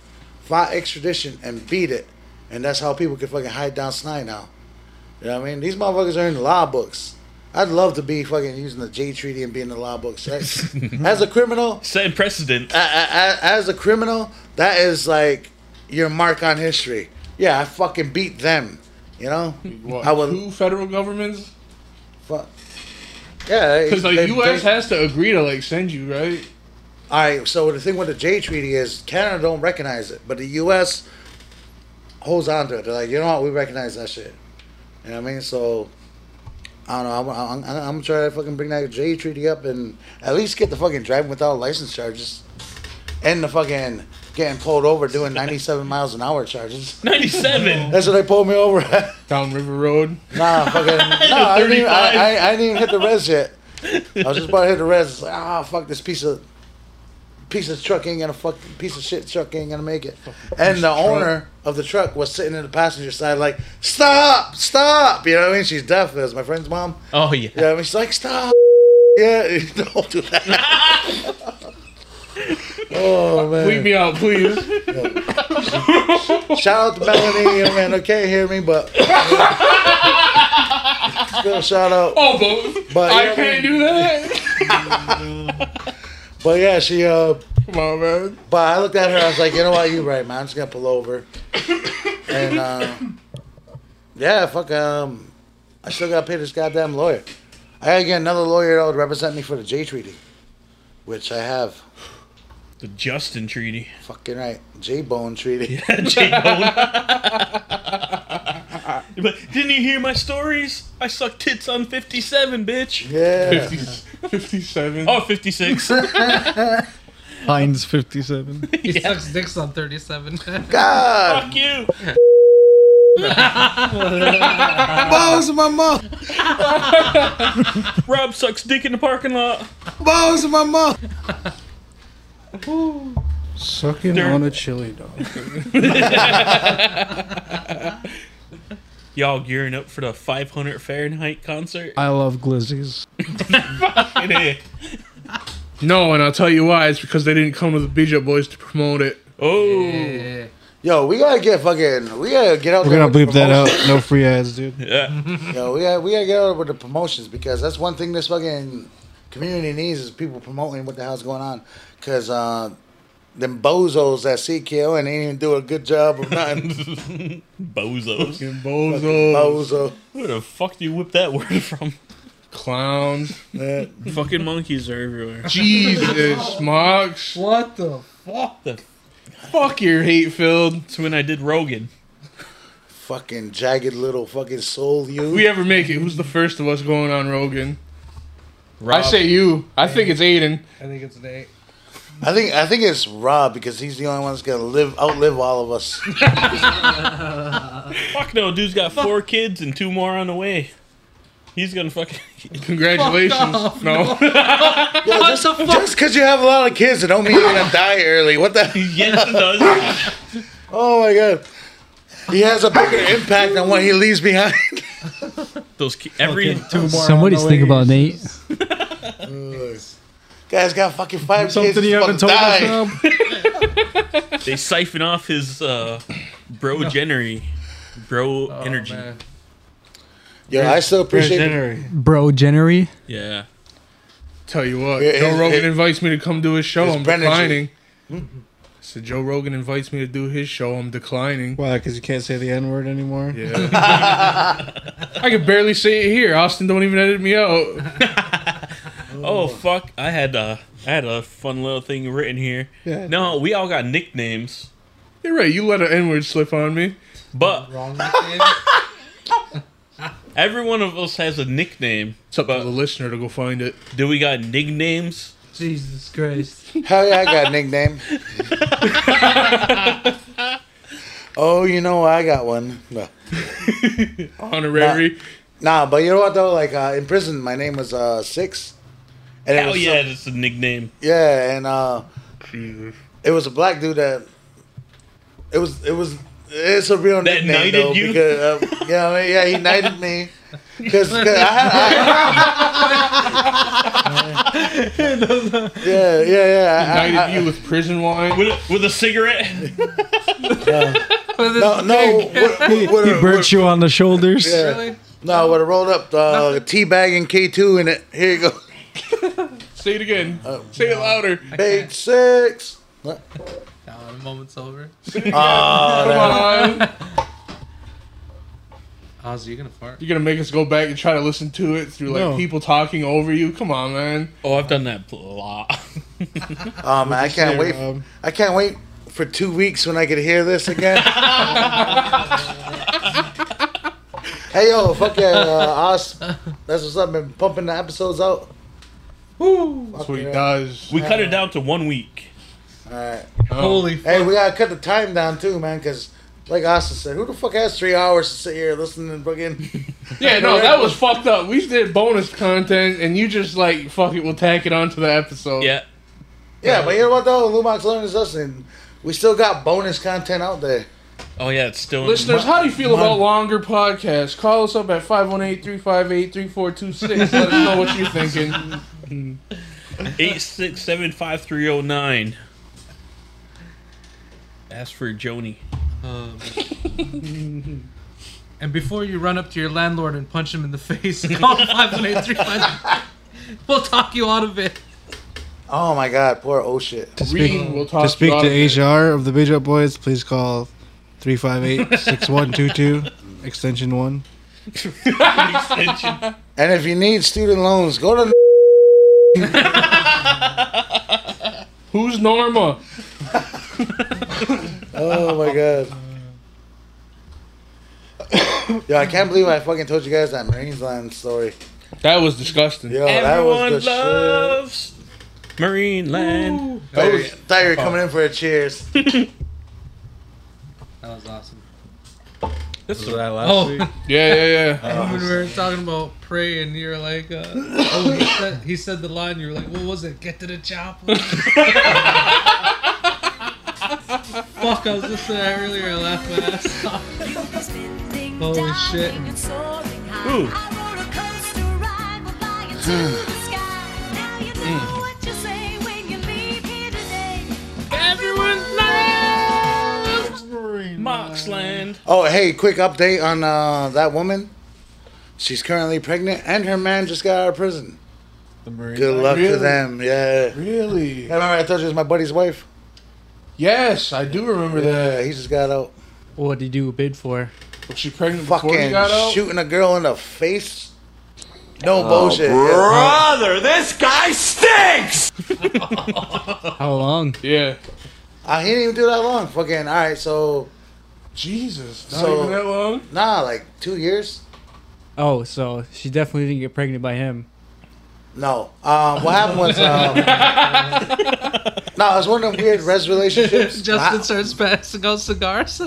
fought extradition and beat it, and that's how people can fucking hide down Snide now. You know what I mean? These motherfuckers are in the law books. I'd love to be fucking using the J Treaty and be in the law books. That's- As a criminal, Setting precedent. a- a- a- as a criminal, that is like your mark on history. Yeah, I fucking beat them. You know, What, I would. two federal governments? Fuck. Yeah, Because like they- U.S. they- has to agree to like send you, right? All right. So the thing with the J Treaty is Canada don't recognize it, but the U.S. holds on to it. They're like, you know what? We recognize that shit. You know what I mean? So I don't know. I'm, I'm, I'm gonna try to fucking bring that J Treaty up and at least get the fucking driving without license charges and the fucking getting pulled over doing 97 miles an hour charges. (laughs) 97. That's what they pulled me over. at. Down River Road. nah, fucking. No, I didn't, even, I, I, I didn't even hit the res yet. I was just about to hit the res. It's like, ah, fuck this piece of piece of truck ain't gonna fuck piece of shit truck ain't gonna make it. And the owner of the truck was sitting in the passenger side like, stop, stop. You know what I mean? She's deaf. It was my friend's mom. Oh You yeah. know what I mean? She's like, stop. Yeah, (laughs) don't do that. oh man. Leave me out, please. (laughs) Shout out to Melanie, young man, okay, hear me, but Still shout out. Oh, but, But, I yeah, can't we- do that. But yeah, she. Uh, Come on, man. But I looked at her. I was like, you know what? You right, man. I'm just gonna pull over. And uh, yeah, fuck. Um, I still gotta pay this goddamn lawyer. I gotta get another lawyer that would represent me for the J Treaty, which I have. The Justin (laughs) Treaty. Fucking right, J Bone Treaty. But didn't you hear my stories? I sucked tits on 57, bitch. Yeah. 57. Oh, 56. Heinz 57. He sucks dicks on (laughs) 37. God. Fuck you. Balls in my mouth. (laughs) Rob sucks dick in the parking lot. Balls in my mouth. Sucking There- on a chili dog. (laughs) Y'all gearing up for the 500 Fahrenheit concert? I love glizzies. It No, and I'll tell you why. It's because they didn't come with the Beach Up Boys to promote it. Oh. Yo, we gotta get fucking. We gotta get out. We're there gonna with bleep the that out. promotions. No free ads, dude. Yeah. Yo, we gotta we gotta get out with the promotions because that's one thing this fucking community needs is people promoting what the hell's going on. Cause uh, them bozos at CKO and they ain't even do a good job of (laughs) nothing. (laughs) Bozos. Fucking bozos. Bozo. Where the fuck do you whip that (laughs) word from? Clowns. Yeah. Fucking monkeys are everywhere. (laughs) Jesus, Mox. What the fuck? The- Fuck your hate filled. That's when I did Rogan. Fucking jagged little fucking soul you. We ever make it? Who's the first of us going on Rogan? I Rob. say you. I think it's Aiden. I think it's an 8. I think I think it's Rob because he's the only one that's gonna live outlive all of (laughs) us. Fuck no, dude's got four kids and two more on the way. He's gonna fucking. (laughs) Congratulations. No. (laughs) Yo, just, just cause you have a lot of kids, it don't mean you're gonna die early. What (laughs) the? yes, it does. Oh my god. He has a bigger impact on what he leaves behind. (laughs) Those ki- every Somebody's thinking about Nate. Guy's got fucking five kids. Something he's you about haven't to told us, die. Rob? they siphon off his uh, bro genery, bro energy. Yo, I still appreciate January. Bro, Jennery. Yeah. Tell you what, Yeah, Joe it- Rogan it- invites me to come do his show. it's I'm Brennan declining. I said Joe Rogan invites me to do his show. I'm declining. Why? Because you can't say the N word anymore. Yeah. I can barely say it here. Austin don't even edit me out. Oh fuck! I had a I had a fun little thing written here. Yeah. No, we all got nicknames, You're right. You let an N word slip on me. but Wrong (laughs) every one of us has a nickname. It's up to the listener to go find it. Do we got nicknames? Jesus Christ. Hell yeah, I got a nickname. oh, you know I got one. No. Honorary. Nah, but you know what though? Like uh, in prison, my name was uh, Six. And it Hell was yeah, some- that's a nickname. yeah, and uh, it was a black dude that. It was. It was. It's a real That nickname knighted though, you? because uh, you know, what I mean? yeah, he knighted (laughs) me. Cause, 'cause I had, I, yeah, yeah, yeah. I- I- United you with prison wine. With a, with a cigarette. no, (laughs) no. What, what, what, He burnt you on the shoulders. Yeah. Really? No, with a rolled up uh, tea bag and K2 in it. Here you go. Say it again. Uh, Say it louder. Page six. What? Now the moment's over. Come on. Oz, you gonna fart? You're gonna make us go back and try to listen to it through like No. people talking over you. Come on, man. Oh, I've done that a lot. Oh, man, I can't wait. Rob? I can't wait for two weeks when I could hear this again. hey, yo, fuck yeah, uh, Oz. That's what's up. Been pumping the episodes out. That's what he yeah. does. We Uh, cut it down to one week. All right. Oh. Holy fuck. Hey, we gotta cut the time down too, man, because. Like Austin said, who the fuck has three hours to sit here listening to fucking? Yeah, no, that was fucked up. We did bonus content, and you just like fuck it. We'll tack it onto the episode. Yeah. Yeah, but you know what though? Lumox Learn is listening. We still got bonus content out there. Oh yeah, it's still. Listeners, how do you feel about longer podcasts? Call us up at 518-358-3426. Let us know what you're thinking. Eight six seven five three zero nine. Ask for Joni. And before you run up to your landlord and punch him in the face, (laughs) call 518 We'll talk you out of it. Oh my god, poor oh shit. To speak, to, speak to HR of the Big Up Boys, please call 358-6122, extension 1. (laughs) and if you need student loans, go to Who's Norma? (laughs) Oh my god. (coughs) Yo, I can't believe I fucking told you guys that Marines Land story. That was disgusting. Yo, that was the shit. Marine Land. Thought you were- thought you were coming in for a (laughs) cheers. That was awesome. This is what I last oh. week. Yeah, (laughs) yeah, yeah. And when we were talking about pray, and you were like, uh, oh, he said, he said the line, you were like, what was it? Get to the chopper. Fuck, I was listening to that earlier, I laughed my ass off. Holy shit. Ooh. Everyone loves Moxland. Oh, hey, quick update on uh, that woman. She's currently pregnant, and her man just got out of prison. Good luck to Really? them. Yeah. Really? I remember I told you it was my buddy's wife. Yes, I do remember that. Yeah, he just got out. What did you bid for? Was she pregnant Fucking before you got out? shooting a girl in the face. No Oh, bullshit. brother, this guy stinks. How long? Yeah. Uh, he didn't even do that long. Fucking all right. So, Jesus, not even that long. Nah, like two years. Oh, so she definitely didn't get pregnant by him. No. Um, what happened was, um, no, I was one of them weird res relationships. (laughs) Justin I- starts passing out cigars.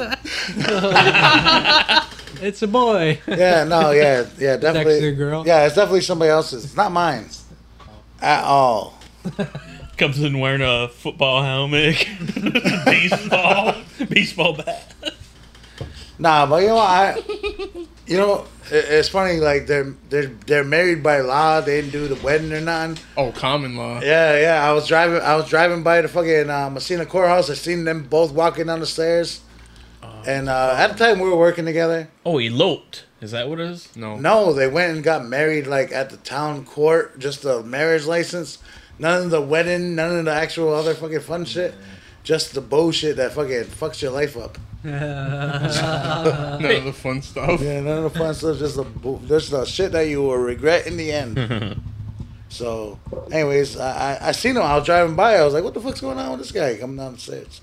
it's a boy. (laughs) yeah, no, yeah, yeah, definitely. actually a girl? Yeah, it's definitely somebody else's. It's not mine. At all. Comes in wearing a football helmet, (laughs) baseball, baseball bat. Nah, but you know what? I, you know, it, it's funny. Like they're they're they're married by law. They didn't do the wedding or nothing. Oh, common law. Yeah, yeah. I was driving. I was driving by the fucking uh, Messina courthouse. I seen them both walking down the stairs. And uh, at the time we were working together. Oh, eloped. Is that what it is? No. No, they went and got married like at the town court, just a marriage license. None of the wedding, none of the actual other fucking fun shit. Just the bullshit that fucking fucks your life up. None of the fun stuff. Yeah, none of the fun stuff. Just the bu- just the shit that you will regret in the end. so, anyways, I, I I seen him. I was driving by. I was like, what the fuck's going on with this guy coming down the stairs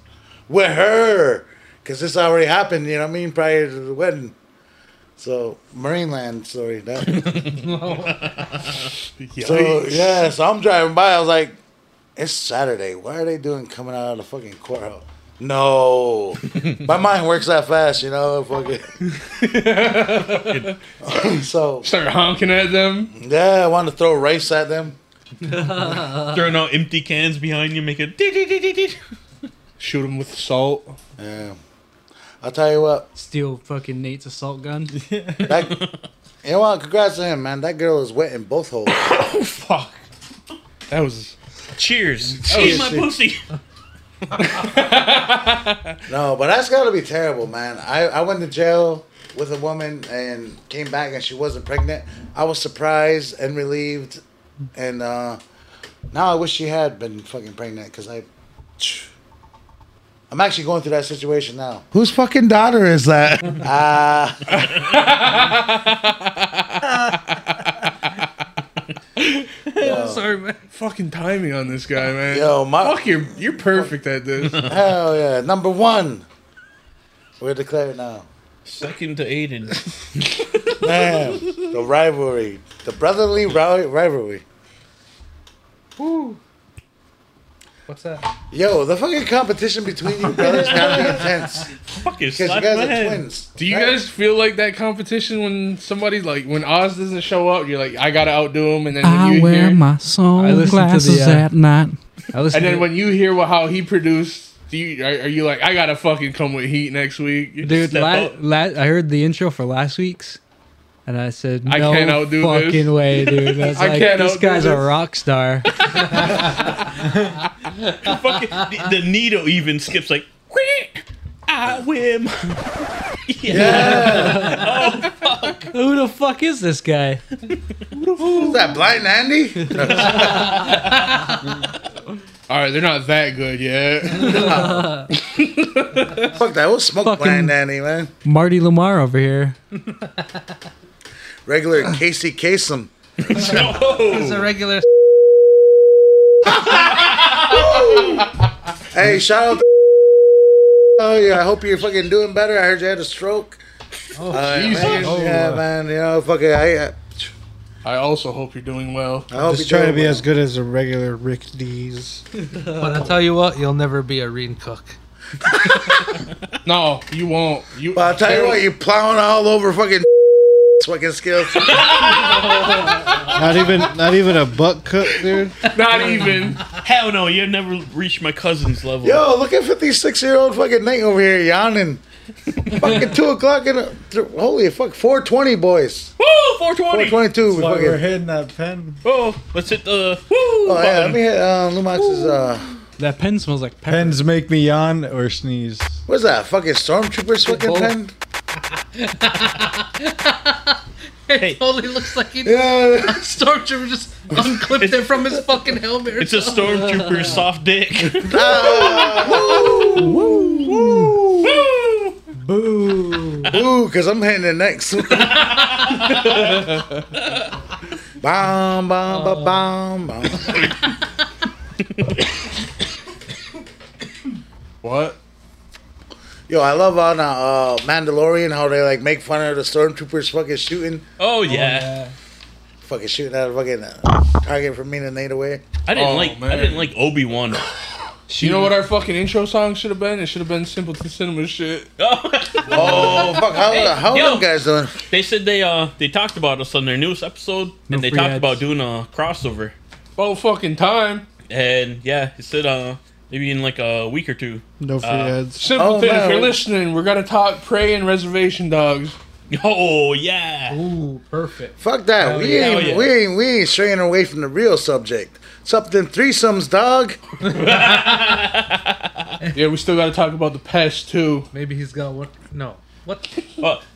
with her? Cause this already happened. You know what I mean? Prior to the wedding. So, Marineland story. That. (laughs) So yeah, so I'm driving by. I was like, "It's Saturday. What are they doing coming out of the fucking courthouse?" No, my mind works that fast, you know. Fucking. (laughs) so Start honking at them. Yeah, I wanted to throw rice at them. Throwing out empty cans behind you, make a dee dee dee dee dee. Shoot him with salt. Yeah. I'll tell you what. Steal fucking Nate's assault gun. That, you know what? Congrats to him, man. That girl is wet in both holes. oh fuck. That was. Cheers. That was Eat my Oh, shit. pussy. No, but that's got to be terrible, man. I, I went to jail with a woman and came back and she wasn't pregnant. I was surprised and relieved. And uh, now I wish she had been fucking pregnant because I. I'm actually going through that situation now. Whose fucking daughter is that? Ah. Sorry, man. Fucking timing on this guy, man. Yo, my- fuck, you're you're perfect (laughs) at this. Hell yeah. Number one. We're declared now. Second to Aiden. Man, the rivalry. The brotherly ri- rivalry. Woo. What's that? Yo, the fucking competition between you brothers gotta be intense. Fucking Because you guys are twins. Do you right? guys feel like that competition when somebody like when Oz doesn't show up, you're like, I gotta outdo him, and then when you hear, sunglasses uh, at night. I listen and then to- when you hear what, how he produced, do you are, are you like, I gotta fucking come with heat next week, Dude, Step la- up. la- I heard the intro for last week's, and I said, "No I can't outdo fucking this." way, (laughs) dude." I, was I like, can't "This outdo guy's a this." rock star." (laughs) The fucking the, the needle even skips like. "Quack, I win. Yeah. oh fuck is this guy? Who's that, Blind Andy? All right, they're not that good yet. Fuck that. We'll smoke Fucking- Blind Andy, man. Marty Lamar over here. Regular Casey Kasem. He's a regular. Hey, shout out. To- oh yeah, I hope you're fucking doing better. I heard you had a stroke. Oh, Uh, Jesus. man, Oh. Yeah, man. You know, fucking. I, uh, I also hope you're doing well. I hope Just you're try to doing be well. as good as a regular Rick D's. But I tell you what, you'll never be a Reen (laughs) cook. No, you won't. You. I'll tell you what, you plowing all over fucking (laughs) (laughs) fucking skills. Not even, not even a buck cook, dude. Not even. Hell no, you'd never reach my cousin's level. Yo, look at 56 year old fucking Nate over here yawning. fucking 2 o'clock in the. th- Holy fuck, 420, boys. Woo, 420. 422. We That's why we're fucking, hitting that pen. Oh, let's hit the woo (laughs) oh, yeah, let button. me hit uh, Lumax's. Uh, That pen smells like pepper. Pens make me yawn or sneeze. what's that? Fucking Stormtrooper's fucking Both. pen? It totally looks like he Yeah. (laughs) a stormtrooper just unclipped it from his fucking helmet. or It's a something. (laughs) stormtrooper's soft dick. Ah! Boo. Ooh, because I'm hitting the next one. bomb, bomb, ba bomb, bomb. What? Yo, I love on uh, uh, Mandalorian how they like make fun of the stormtroopers fucking shooting, oh yeah. fucking shooting at a fucking uh, target from me to Nate away. I didn't Oh, like I man. didn't like Obi Wan. You know what our fucking intro song should have been? It should have been Simpleton Cinema shit. Oh fuck! How how yo. them guys doing? They said they uh they talked about us on their newest episode No and they free talked ads. about doing a crossover. Oh fucking time. And yeah, he said uh maybe in like a week or two. (laughs) No free Uh, ads. Simpleton, Oh, man. if you're listening, we're gonna talk prey and (laughs) reservation dogs. Oh yeah. Ooh, perfect. Fuck that! we yeah. ain't Hell yeah. we ain't we ain't straying away from the real subject. Something threesomes, dog. Yeah, we still gotta talk about the pest too. Maybe he's got what? No. (laughs) What?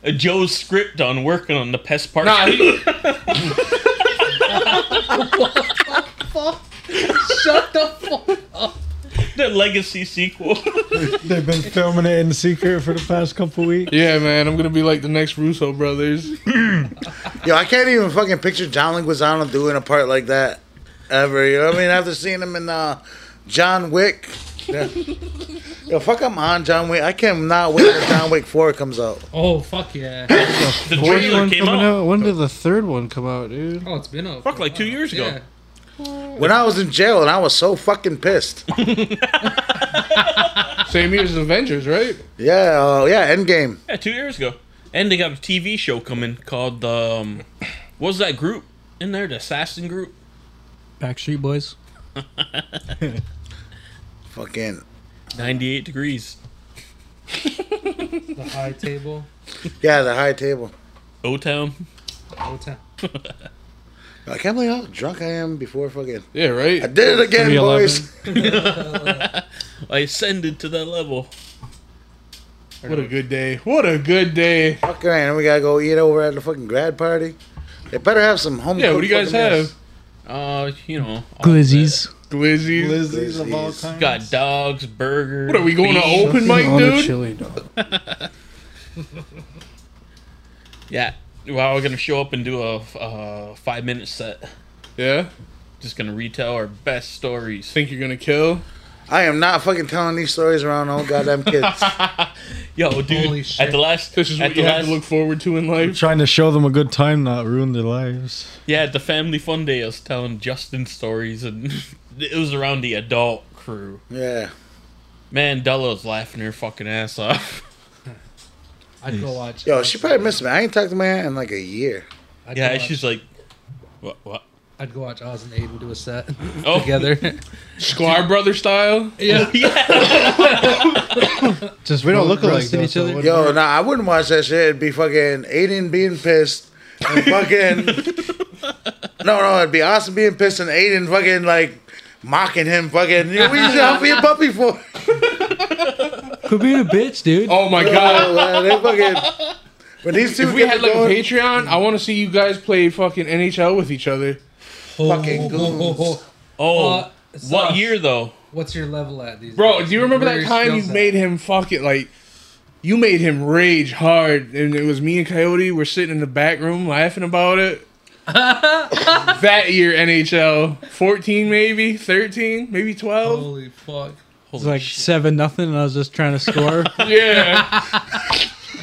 Uh, Joe's script on working on the pest part. (laughs) Nah, he, Fuck. Shut the fuck up. the legacy sequel. (laughs) They've been filming it in secret for the past couple weeks. yeah, man, I'm gonna be like the next Russo brothers. Yo, I can't even fucking picture John Leguizamo doing a part like that ever. You know what I mean? After seeing him in uh, John Wick. (laughs) Yeah. Yo, fuck! I'm on John Wick. I cannot wait till John Wick Four comes out. Oh fuck yeah. When did the trailer one came coming out. out? When did the third one come out, dude? Oh, it's been a Fuck, like two years ago. Yeah. When I was in jail and I was so fucking pissed. (laughs) Same year as Avengers, right? Yeah, uh, yeah, Endgame. Yeah, two years ago. And they got a TV show coming called um, what was that group in there? The Assassin Group. Backstreet Boys. Fucking. Ninety Eight Degrees. The high table. Yeah, the high table. O Town. Hotel. I can't believe how drunk I am before fucking. Yeah, right. I did it again, 311. boys. (laughs) I ascended to that level. What a good day. What a good day. (laughs) Fuck right, and we gotta go eat over at the fucking grad party. They better have some home. Yeah, what do you guys have? Uh, you know. all Glizzies. Glizzy. Glizzies of all kinds. Glizzies. that. Got dogs, burgers. What are we going to beef. open mic, On a dude? chili dog. Yeah. Well, we're gonna show up and do a uh, five minute set. Yeah. Just gonna retell our best stories. Think you're gonna kill? I am not fucking telling these stories around all goddamn (laughs) kids. Yo, dude. Holy At shit. the last. This is at what the you have last. to look forward to in life. Trying to show them a good time, not ruin their lives. Yeah, at the family fun day, I was telling Justin stories, and (laughs) it was around the adult crew. yeah. Man, Della's laughing her fucking ass off. (laughs) I'd go watch. Yo, she probably missed me. I ain't talked to my aunt in like a year. I'd go Yeah, watch- she's like, what? What? I'd go watch Oz and Aiden do a set (laughs) Oh, together. Sklar brother style. yeah. Just we don't look alike. roasting though, each so other. what- Mm-hmm. Yo, nah, I wouldn't watch that shit. It'd be fucking Aiden being pissed and (laughs) fucking. no, no, it'd be Austin being pissed and Aiden fucking like mocking him fucking. You know, what you help your puppy for? Could be a bitch, dude. Oh my god. (laughs) Oh, man, they fucking. When these two if we get had to like going- a Patreon, I want to see you guys play fucking NHL with each other. (laughs) (laughs) Fucking goons. Oh, oh, Uh, so- what year though? (laughs) What's your level at these? Bro, days? do you remember Where are that your time skill you set? made him fuck it? Like, you made him rage hard, and it was me and Coyote. We're sitting in the back room laughing about it. that year, NHL, fourteen, maybe thirteen, maybe twelve. Holy fuck! It's like seven nothing, and I was just trying to score. (laughs) Yeah.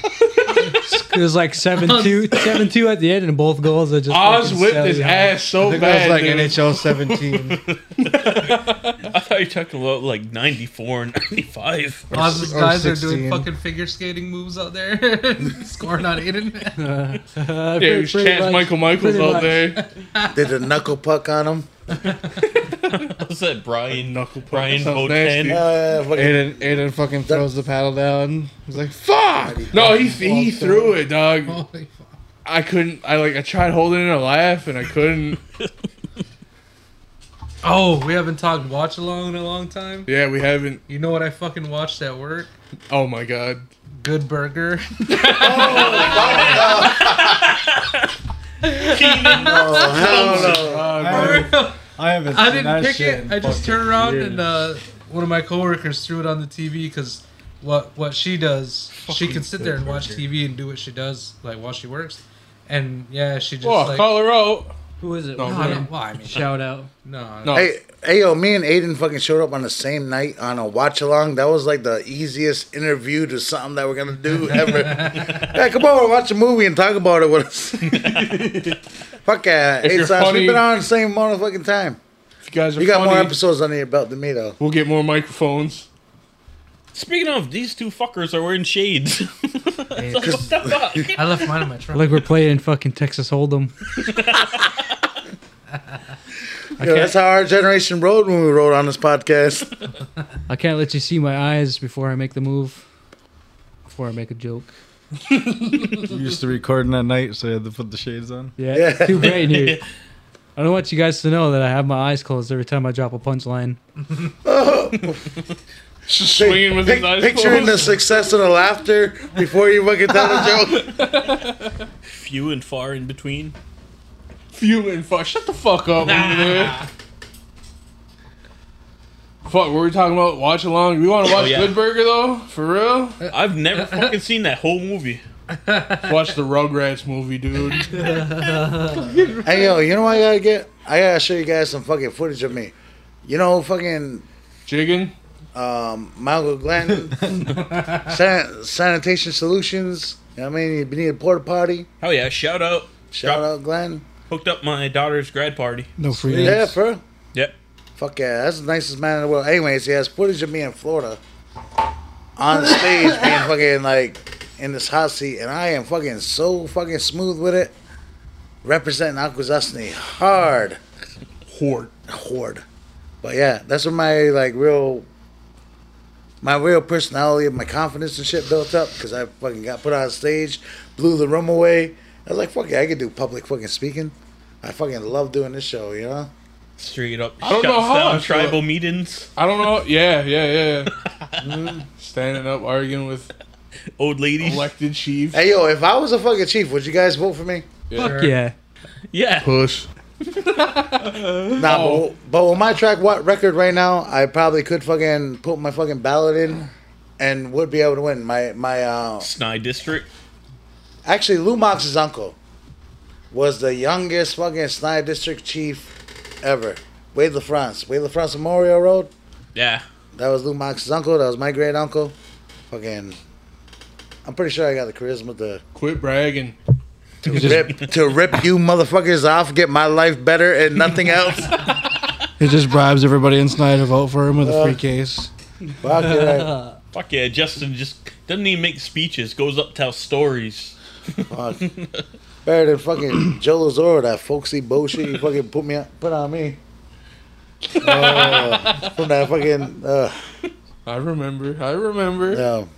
it was like seven (laughs) two, seven two at the end, and both goals. I just Oz fucking whipped sally his out. ass so I think bad. that was like dude. NHL 17. I thought you were talking about like 94, (laughs) 95. Oz's guys are doing fucking figure skating moves out there, (laughs) scoring on (laughs) Aiden. Uh, Yeah, it was Chance Michael Michaels out there. Did a knuckle puck on him. What's that, Brian? Knuckle puck Brian sounds Botan? nasty. Uh, fucking- (laughs) Aiden, Aiden fucking throws the paddle down. He's like, fuck! No, he he threw it, dog. Holy fuck! I couldn't. I like. I tried holding in a laugh, and I couldn't. Oh, we haven't talked watch along in a long time. Yeah, we haven't. You know what I fucking watched at work? Oh my god. Good Burger. (laughs) oh, hell no. I haven't. I seen didn't that pick shit it. in I just fucking turned around years. and uh, one of my coworkers threw it on the TV because what what she does, she can sit there and watch TV and do what she does, like while she works. And yeah, she just Oh, like call her out. Who is it? No, no, I don't- why? I mean, Shout out. no, No. Hey, hey, yo, me and Aiden fucking showed up on the same night on a watch along. That was like the easiest interview to something that we're gonna (laughs) do ever. yeah, come over, watch a movie and talk about it with (laughs) us. Fuck yeah, If you're it's us. funny- We've been on the same motherfucking time. If you guys are You got funny, more episodes under your belt than me though. we'll get more microphones. Speaking of, these two fuckers are wearing shades. (laughs) It's like, what the fuck? I left mine in my trunk. Like we're playing fucking Texas Hold'em. You know, that's how our generation rode when we rode on this podcast. I can't let you see my eyes before I make the move. Before I make a joke. You're used to recording at night, so you had to put the shades on. Yeah, Yeah. it's too bright in (laughs) here. I don't want you guys to know that I have my eyes closed every time I drop a punchline. Just (laughs) swinging with his Pic- eyes picturing closed. the success of the laughter before you fucking tell (laughs) the joke. (laughs) Few and far in between. Few and fuck. Shut the fuck up. man. Fuck, what were we talking about? Watch along. We want to watch yeah. Good Burger though, for real. (laughs) I've never fucking seen that whole movie. Watch the Rugrats movie, dude. Hey yo, you know what I gotta get? I gotta show you guys some fucking footage of me. You know, fucking Jiggin. um, Malgo Glenn, san- Sanitation Solutions. You know what I mean? You need a porta potty. Hell Oh, yeah, shout out. Shout Drop- out Glenn. Hooked up my daughter's grad party. No free Yeah, bro. Yep. Fuck yeah, that's the nicest man in the world. Anyways, he has footage of me in Florida on stage being fucking like in this hot seat, and I am fucking so fucking smooth with it. Representing Akwesasne hard. Horde. horde. But yeah, that's when my like real, my real personality and my confidence and shit built up because I fucking got put on stage, blew the room away. I was like, fuck yeah, I could do public fucking speaking. I fucking love doing this show, you know. Straight up don't shuts know how I down feel. tribal meetings. I don't know. Yeah, yeah, yeah. Standing up, arguing with Old ladies. elected chief. Hey yo, if I was a fucking chief, would you guys vote for me? Fuck yeah. (laughs) yeah. Push. Nah, but, but with my track what record right now, I probably could fucking put my fucking ballot in, and would be able to win. My my uh, Snide district. Actually, Lou Mox's uncle was the youngest fucking Snide District Chief ever. Way de France. Way de France Memorial Road. Yeah. That was Lou Mox's uncle. That was my great uncle. Fucking. I'm pretty sure I got the charisma to, Quit bragging. to rip to rip you motherfuckers off, get my life better, and nothing else. He just bribes everybody in Snyder to vote for him with a free case. Fuck yeah. Fuck yeah, Justin just doesn't even make speeches, goes up tells stories. Fuck. Better than fucking (clears throat) Joe Lazaro, that folksy bullshit you fucking put me on, put on (laughs) me. Uh, from that fucking. Uh, I remember. I remember. No.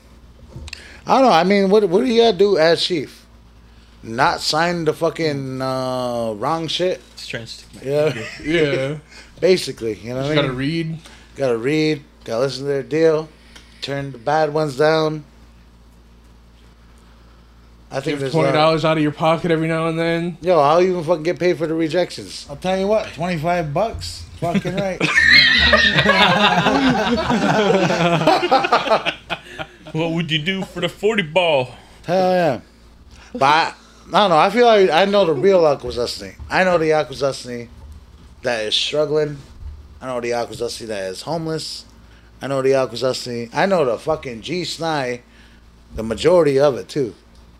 I don't know. I mean, what what do you gotta do as chief? Not sign the fucking uh, wrong shit. It's trying to stick my Yeah, Yeah. basically. You know what (laughs) Just I gotta mean? read. gotta read. Gotta listen to their deal. Turn the bad ones down. I think Give there's twenty a lot- dollars out of your pocket every now and then. Yo, I'll even fucking get paid for the rejections. I'll tell you what, twenty five bucks. Fucking right. what would you do for the forty ball? (laughs) Hell yeah. But I, I don't know. I feel like I know the real Akwesasne. I know the Akwesasne that is struggling. I know the Akwesasne that is homeless. I know the Akwesasne. I know the fucking G Sny. The majority of it too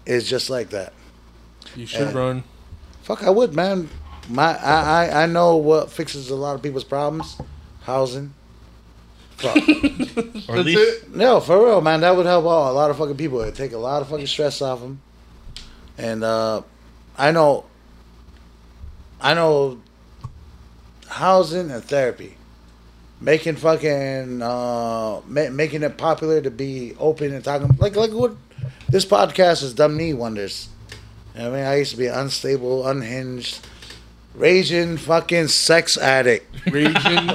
is just like that. You should (laughs) run. Fuck, I would, man. My I, I I know what fixes a lot of people's problems, housing. Fuck. Or at least No, for real, man. That would help all a lot of fucking people. It'd take a lot of fucking stress off them. And uh, I know, I know, housing and therapy, making fucking uh, ma- making it popular to be open and talking like like what this podcast has done me wonders. You know what I mean, I used to be unstable, unhinged, raging fucking sex addict. Raging,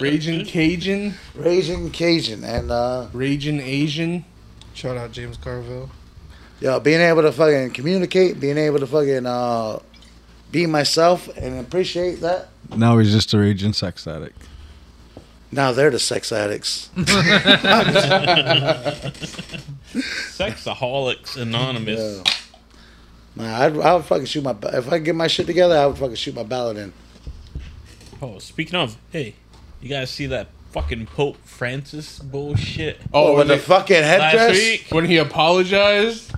raging Cajun, raging Cajun, and uh, raging Asian. Shout out James Carville. Yo, being able to fucking communicate, being able to fucking uh, be myself and appreciate that. Now he's just a raging sex addict. Now they're the sex addicts. Sexaholics Anonymous. Man, I'd, I would fucking shoot my ba- if I get my shit together, I would fucking shoot my ballot in. Oh, speaking of, hey, you guys see that fucking Pope Francis bullshit? Oh, with the fucking headdress? Last week? When he apologized?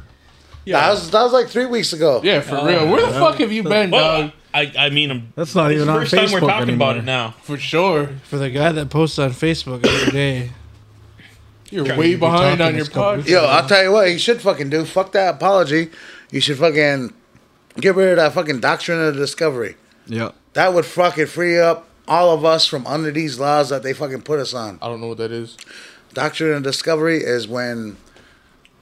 Yeah, that was, that was like three weeks ago. Yeah, for real. Where the fuck have you been, Well, dog? I, I mean, I'm, That's not this is even on the first time we're Facebook talking about anymore. it now. For sure. For the guy that posted on Facebook the other day. You're Trying way to be behind talking on your this couple podcast. weeks Yo, I'll tell you what, you should fucking do. Fuck that apology. You should fucking get rid of that fucking doctrine of discovery. Yeah. That would fucking free up all of us from under these laws that they fucking put us on. I don't know what that is. Doctrine of Discovery is when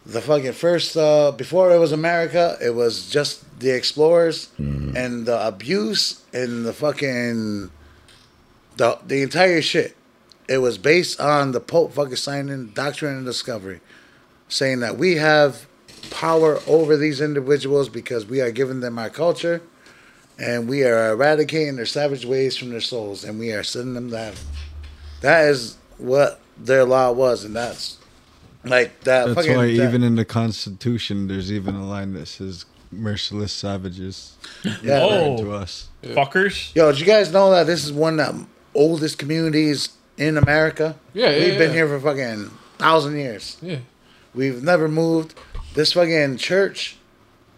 the fucking first, uh, before it was America, it was just the explorers Mm-hmm. and the abuse and the fucking, the, the entire shit. It was based on the Pope fucking signing Doctrine and Discovery, saying that we have power over these individuals because we are giving them our culture and we are eradicating their savage ways from their souls and we are sending them to heaven. That is what their law was, and that's like that. That's fucking, why that- even in the Constitution, there's even a line that says "merciless savages" Yeah. Oh. referring Whoa. to us. Oh, Fuckers. yo, did you guys know that this is one of the oldest communities in America? Yeah, yeah, we've been yeah. here for fucking thousand years. Yeah. We've never moved. This fucking church,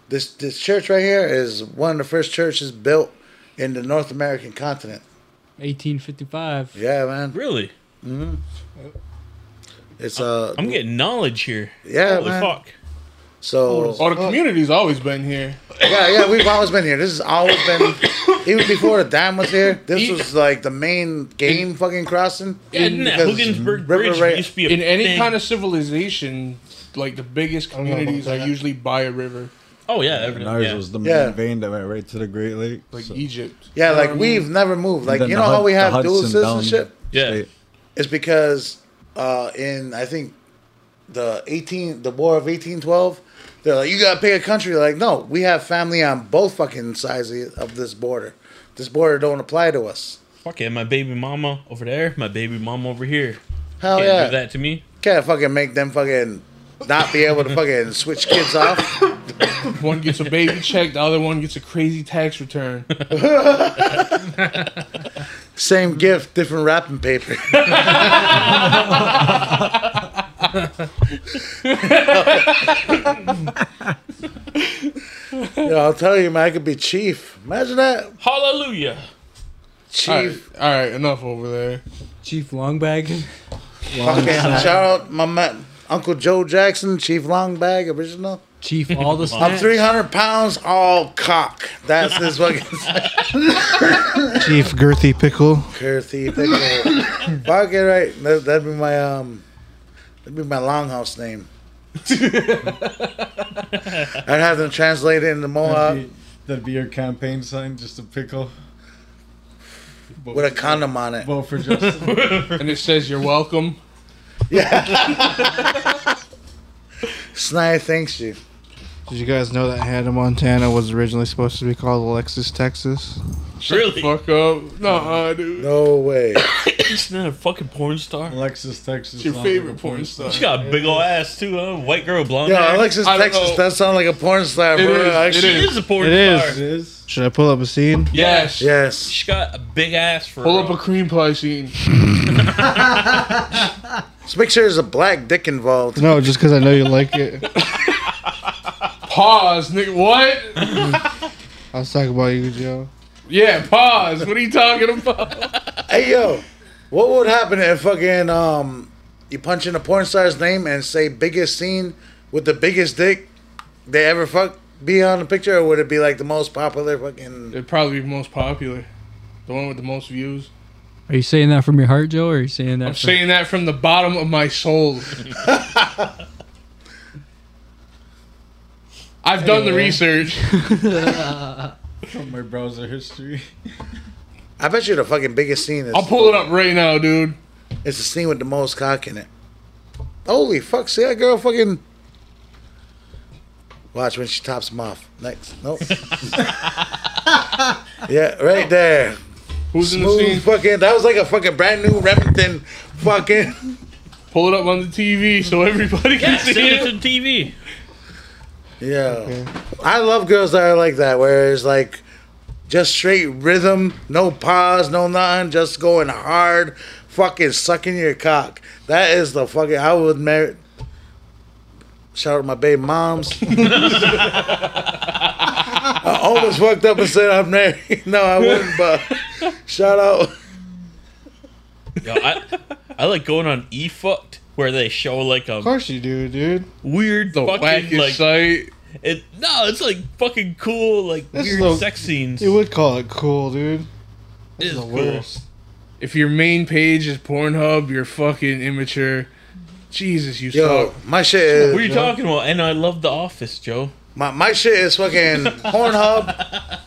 this this church right here is one of the first churches built in the North American continent. 1855. Yeah, man. Really? Mm-hmm. It's uh, I'm getting knowledge here. Yeah, Holy man. fuck. (laughs) So, Oh, the community's always been here. yeah, yeah, we've always been here. This has always been, even before the dam was here. This was like the main game fucking crossing. Because River Ra- in any kind of civilization, like the biggest know about communities are that. usually by a river, Oh yeah, and ours was the main Yeah. vein that went right to the Great Lakes. like Egypt. Yeah, You know like what I we've mean? never moved. And Like then you the know how Hud- we the have dual Hudson down citizenship. Yeah. It's because uh, in I think the eighteen the War of eighteen twelve, they're like you gotta pick a country. Like no, we have family on both fucking sides of of this border. This border don't apply to us. Fuck it, my baby mama over there, my baby mama over here. Hell Can't Oh, yeah. do that to me. Can't fucking make them fucking not be able to fucking switch kids off. one (laughs) gets a baby check, the other one gets a crazy tax return. Same gift, different wrapping (laughs) paper. Yo, I'll tell you, man, I could be chief. Imagine that. Hallelujah. Chief. All right, all right, enough over there. Chief Longbag. Fucking shout out my man, Uncle Joe Jackson, Chief Longbag original. Chief all the I'm snacks. 300 pounds, all cock. That's (laughs) his fucking Chief Girthy Pickle. Girthy pickle. Fucking right. That, that'd be my um, that'd be my longhouse (laughs) name. I'd have them translate it into Mohawk That'd be, that'd be your campaign sign, just a pickle. with a condom on it. Vote for Justin. (laughs) and it says you're welcome. (laughs) Snyder thanks you. Did you guys know that Hannah Montana was originally supposed to be called Alexis Texas? really? Fuck up. Nah, dude. No way. She's not a fucking porn star. Alexis Texas. It's your favorite porn (laughs) star. She got a big old ass too, huh? White girl, blonde. Yeah, hair. Alexis Texas. That sounds like a porn star. It bro. is, it Actually, is. She is a porn It star. is. Should I pull up a scene? Yes. Yes. She got a big ass for. Pull up a cream pie scene. Just make sure there's a black dick involved. (laughs) No, just because I know you (laughs) like it. Pause, nigga. What? (laughs) I was talking about you, Joe. Yeah, pause. What are you talking about? Hey yo, what would happen if fucking um you punch in a porn star's name and say biggest scene with the biggest dick they ever fuck be on the picture, or would it be like the most popular fucking? It'd probably be most popular. The one with the most views. Are you saying that from your heart, Joe, or are you saying (laughs) that I'm from saying that from the bottom of my soul. I've done the Anyway. research. From my browser history. I bet you the fucking biggest scene is. I'll pull it up right now, dude. It's the scene with the most cock in it. Holy fuck! See that girl fucking. Watch when she tops him off. Next, (laughs) nope. yeah, right there. Who's in the Smooth scene? Fucking, that was like a fucking brand new Remington. Fucking. (laughs) Pull it up on the TV so everybody can (laughs) Yeah, see send it. it to TV. Yeah. I love girls that are like that, where it's like just straight rhythm, no pause, no nothing, just going hard, fucking sucking your cock. That is the fucking, I would marry. Shout out to my baby (laughs) moms. I almost fucked up and said I'm married. (laughs) No, I wouldn't, but shout out. Yo, I, I like going on E Fucked where they show like Of a course you do, dude. weird The fucking wackest like site. it. No, it's like fucking cool like This weird is the- sex scenes. You would call it cool, dude. It is the cool. worst. If your main page is Pornhub, you're fucking immature. Jesus, you Yo, suck. my shit is. What are you talking about? And I love The Office, Joe. My my shit is fucking Pornhub,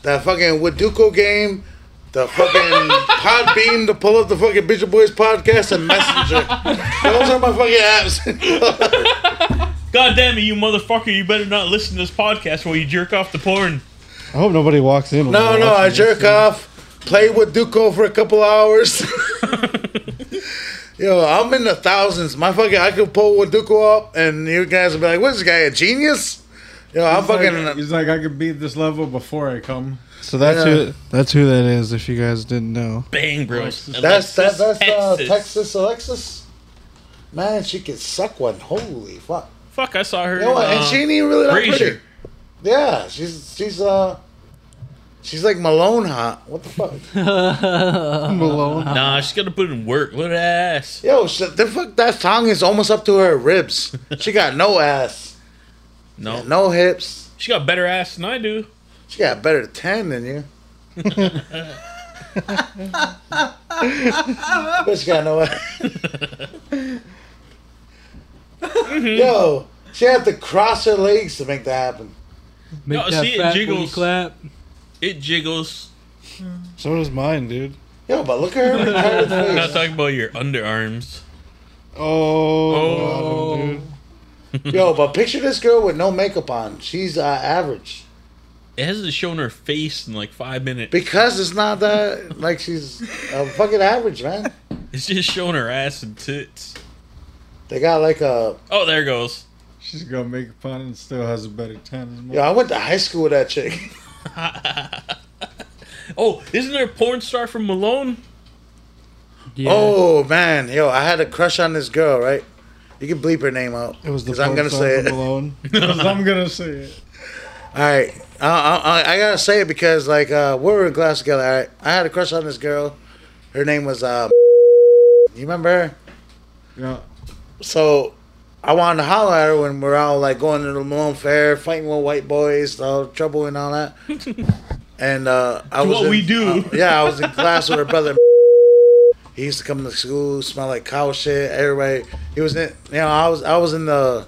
that fucking Waduko game, the fucking Podbean to pull up the fucking Bitch Boys podcast and Messenger. Those are my fucking apps. (laughs) God damn it, you motherfucker! You better not listen to this podcast while you jerk off the porn. I hope nobody walks in. while no, they're no, I watching jerk off, play Waduko for a couple hours. (laughs) Yo, I'm in the thousands. My fucking, I could pull Waduko up, and you guys would be like, "What's this guy a genius?" Yo, I'm He's like- fucking. he's like, I could beat this level before I come. this. So that's Yeah. who that's who that is. If you guys didn't know, Bang, bro. That's that, that's uh, Texas. Texas Alexis. Man, she could suck one. Holy fuck. Fuck, I saw her. You know what? uh, and she ain't even really that Frasier. pretty. Yeah, she's she's uh she's like Malone hot. What the fuck? Malone. Nah, she's gonna put in work. Look at that ass. Yo, sh the fuck that tongue is almost up to her ribs. She got no ass, No, no hips. she got better ass than I do. She got better tan than you. but she got no ass. Yo, she had to cross her legs to make that happen. make No, that see, it fat booty jiggles. clap? It jiggles. so does mine, dude. Yo, but look at her I'm (laughs) retired not face. talking about your underarms. Oh, got him, dude. Yo, but picture this girl with no makeup on. She's uh, average It hasn't shown her face in like five minutes. because it's not that like she's uh, fucking average, man. It's just showing her ass and tits. They got like a Oh, there it goes. She's gonna make a pun and still has a better tan than mine. yo. I went to high school with that chick. Oh, isn't there a porn star from Malone? Yeah. Oh man, yo, I had a crush on this girl, right? You can bleep her name out It was the. because I'm gonna porn star say from it. All Malone. 'Cause I'm gonna say it. right, I, I, I- I gotta say it because like uh, we were in class together. All right, I had a crush on this girl. Her name was uh, you remember her? Yeah. so I wanted to holler at her when we're all like going to the Malone Fair, fighting with white boys, all the trouble and all (laughs) that. And uh, I To was what in- we do. uh, yeah, I was in class with her brother. He used to come to school, smell like cow shit. Everybody, he was in. You know, I was I was in the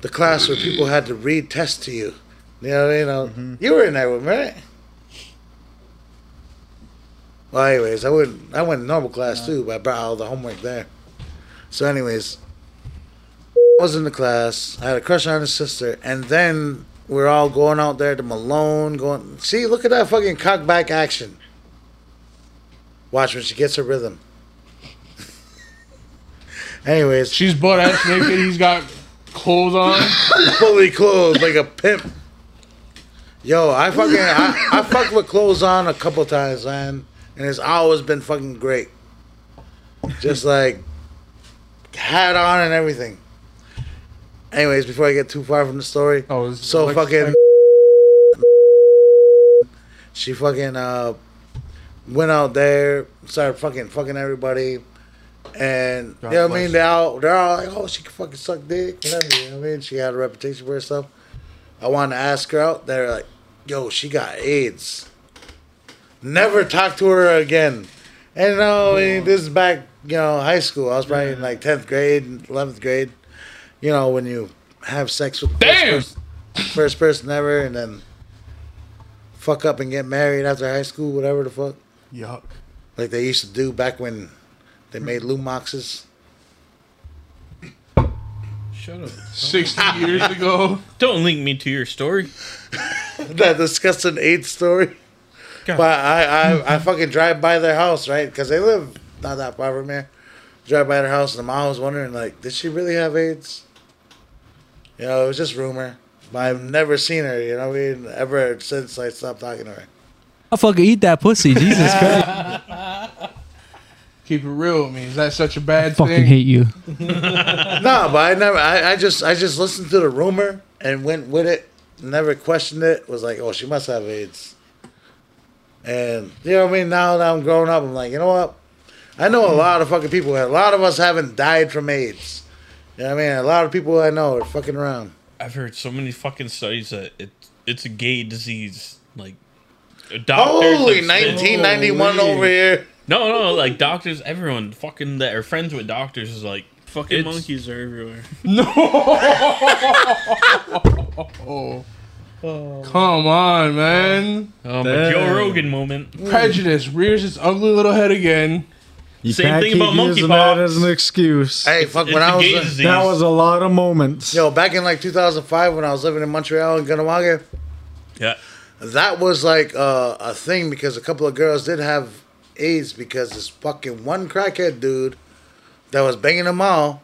the class where people had to read tests to you. You know, what I mean? Uh, you were in that room, right? Well, anyways, I went I went to normal class too, but I brought all the homework there. So, anyways, I was in the class. I had a crush on his sister, and then We're all going out there to Malone. Going, see, look at that fucking cock back action. Watch when she gets her rhythm. (laughs) Anyways, she's butt ass naked. He's got clothes on, (laughs) fully clothed like a pimp. Yo, I fucking I, I fucked with clothes on a couple times, man, and it's always been fucking great. Just like hat on and everything. Anyways, before I get too far from the story, oh, so like- fucking she fucking uh went out there, started fucking fucking everybody, and you know what I mean. They all they're all like, oh, she can fucking suck dick, whatever. You know what I mean, she had a reputation for herself. I wanted to ask her out. They're like, yo, she got AIDS. Never talk to her again. And no, I mean, this is back, you know, high school. I was probably in like tenth grade, eleventh grade. You know, when you have sex with the first, person, first person ever, and then fuck up and get married after high school, whatever the fuck. Yuck. Like they used to do back when they made Lumoxes. (laughs) Shut up. 60 years ago. Don't link me to your story. that disgusting AIDS story. But I, I, I fucking drive by their house, right? Because they live not that far from here. Drive by their house, and I'm always wondering, like, did she really have AIDS? You know, it was just rumor. But I've never seen her, you know what I mean? Ever since I stopped talking to her. I fucking eat that pussy. Jesus Christ. Keep it real with me. Is that such a bad fucking thing? hate you. no, but I never. I, I just I just listened to the rumor and went with it. Never questioned it. Was like, oh, she must have AIDS. And you know what I mean. Now that I'm grown up, I'm like, you know what? I know a lot of fucking people. A lot of us haven't died from AIDS. You know what I mean? A lot of people I know are fucking around. I've heard so many fucking studies that it it's a gay disease. Like doctors. Holy have said- 1991 over here. No, no, like doctors, everyone fucking that are friends with doctors is like fucking It's- monkeys are everywhere. oh. Come on, man. Um, Oh, my Damn. Joe Rogan moment. Prejudice rears its ugly little head again. You can't keep using that as an excuse. Hey, fuck! when I was that was a lot of moments. Yo, back in like 2005 when I was living in Montreal and Gunawaga. Yeah. That was like uh, a thing because a couple of girls did have AIDS because this fucking one crackhead dude that was banging them all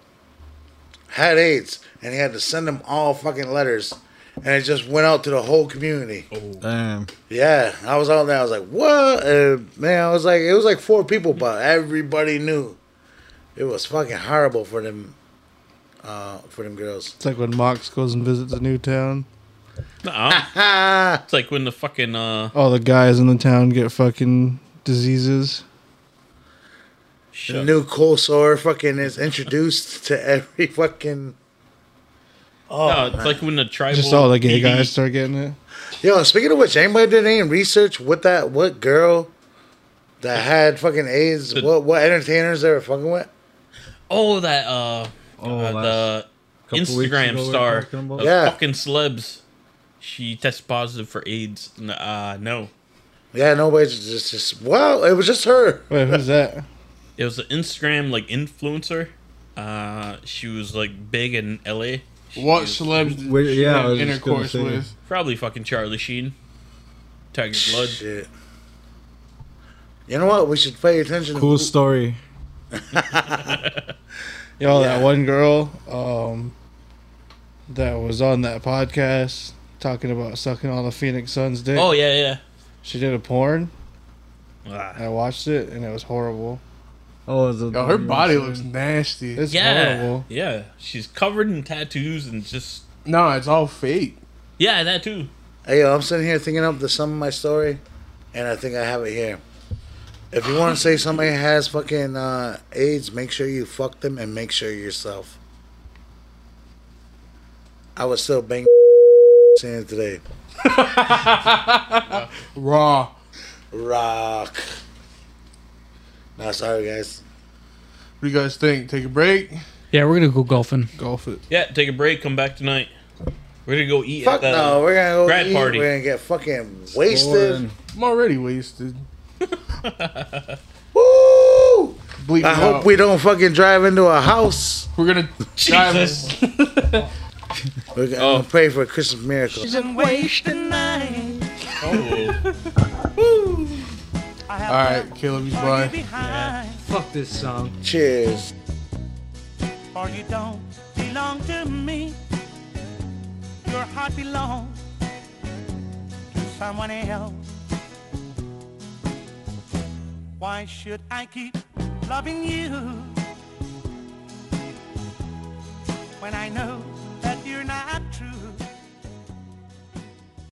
had AIDS and he had to send them all fucking letters and it just went out to the whole community. Damn. Yeah, I was out there. I was like, "What?" And, man, I was like, it was like four people, but everybody knew. It was fucking horrible for them, uh, for them girls. It's like when Mox goes and visits a new town. (laughs) Nuh-uh. it's like when the fucking uh All the guys in the town get fucking diseases. The new coal sore fucking is introduced to every fucking. Oh, no, it's like when the tribal Just all the gay PD guys start getting it. Yo, speaking of which, anybody did any research with that what girl that had fucking AIDS? what what entertainers they were fucking with? Oh, that uh, uh, the Oh, couple weeks ago Instagram we were star, talking about the it. Yeah. fucking celebs. She tested positive for AIDS. N- Uh, no, Yeah, nobody just just well, it was just her. Wait, who's that? it was an Instagram like influencer. Uh, she was like big in LA. She What was- celebs did Wait, she yeah, I have was just gonna intercourse say. with? Probably fucking Charlie Sheen, Tiger Blood. Shit. You know what? We should pay attention. Cool story. Yo, that one girl um, that was on that podcast talking about sucking all the Phoenix Suns dick. Oh yeah, yeah. She did a porn. Ah. I watched it and it was horrible. Oh, is it Yo, her body looks nasty. It's yeah, horrible. yeah. She's covered in tattoos and just No, it's all fake. yeah, that too. Hey, yo, I'm sitting here thinking up the sum of my story, and I think I have it here. If you want to say somebody has fucking uh, AIDS, make sure you fuck them and make sure yourself. I was still banging (laughs) saying it today. Raw. Rock. Nah, sorry, guys. What do you guys think? Take a break. Yeah, we're gonna go golfing. Golf it. Yeah, take a break. Come back tonight. We're gonna go eat Fuck at the no, we're gonna go grad eat, um, party. We're gonna get fucking wasted. I'm already wasted. Woo! Bleep I it hope out. we don't fucking drive into a house. We're gonna drive. We're gonna I'm gonna pray for a Christmas miracle. wasting night. All right, Caleb, you bye. Fuck this song. Cheers. Or you don't belong to me. Your heart belongs to someone else. Why should I keep loving you when I know that you're not true?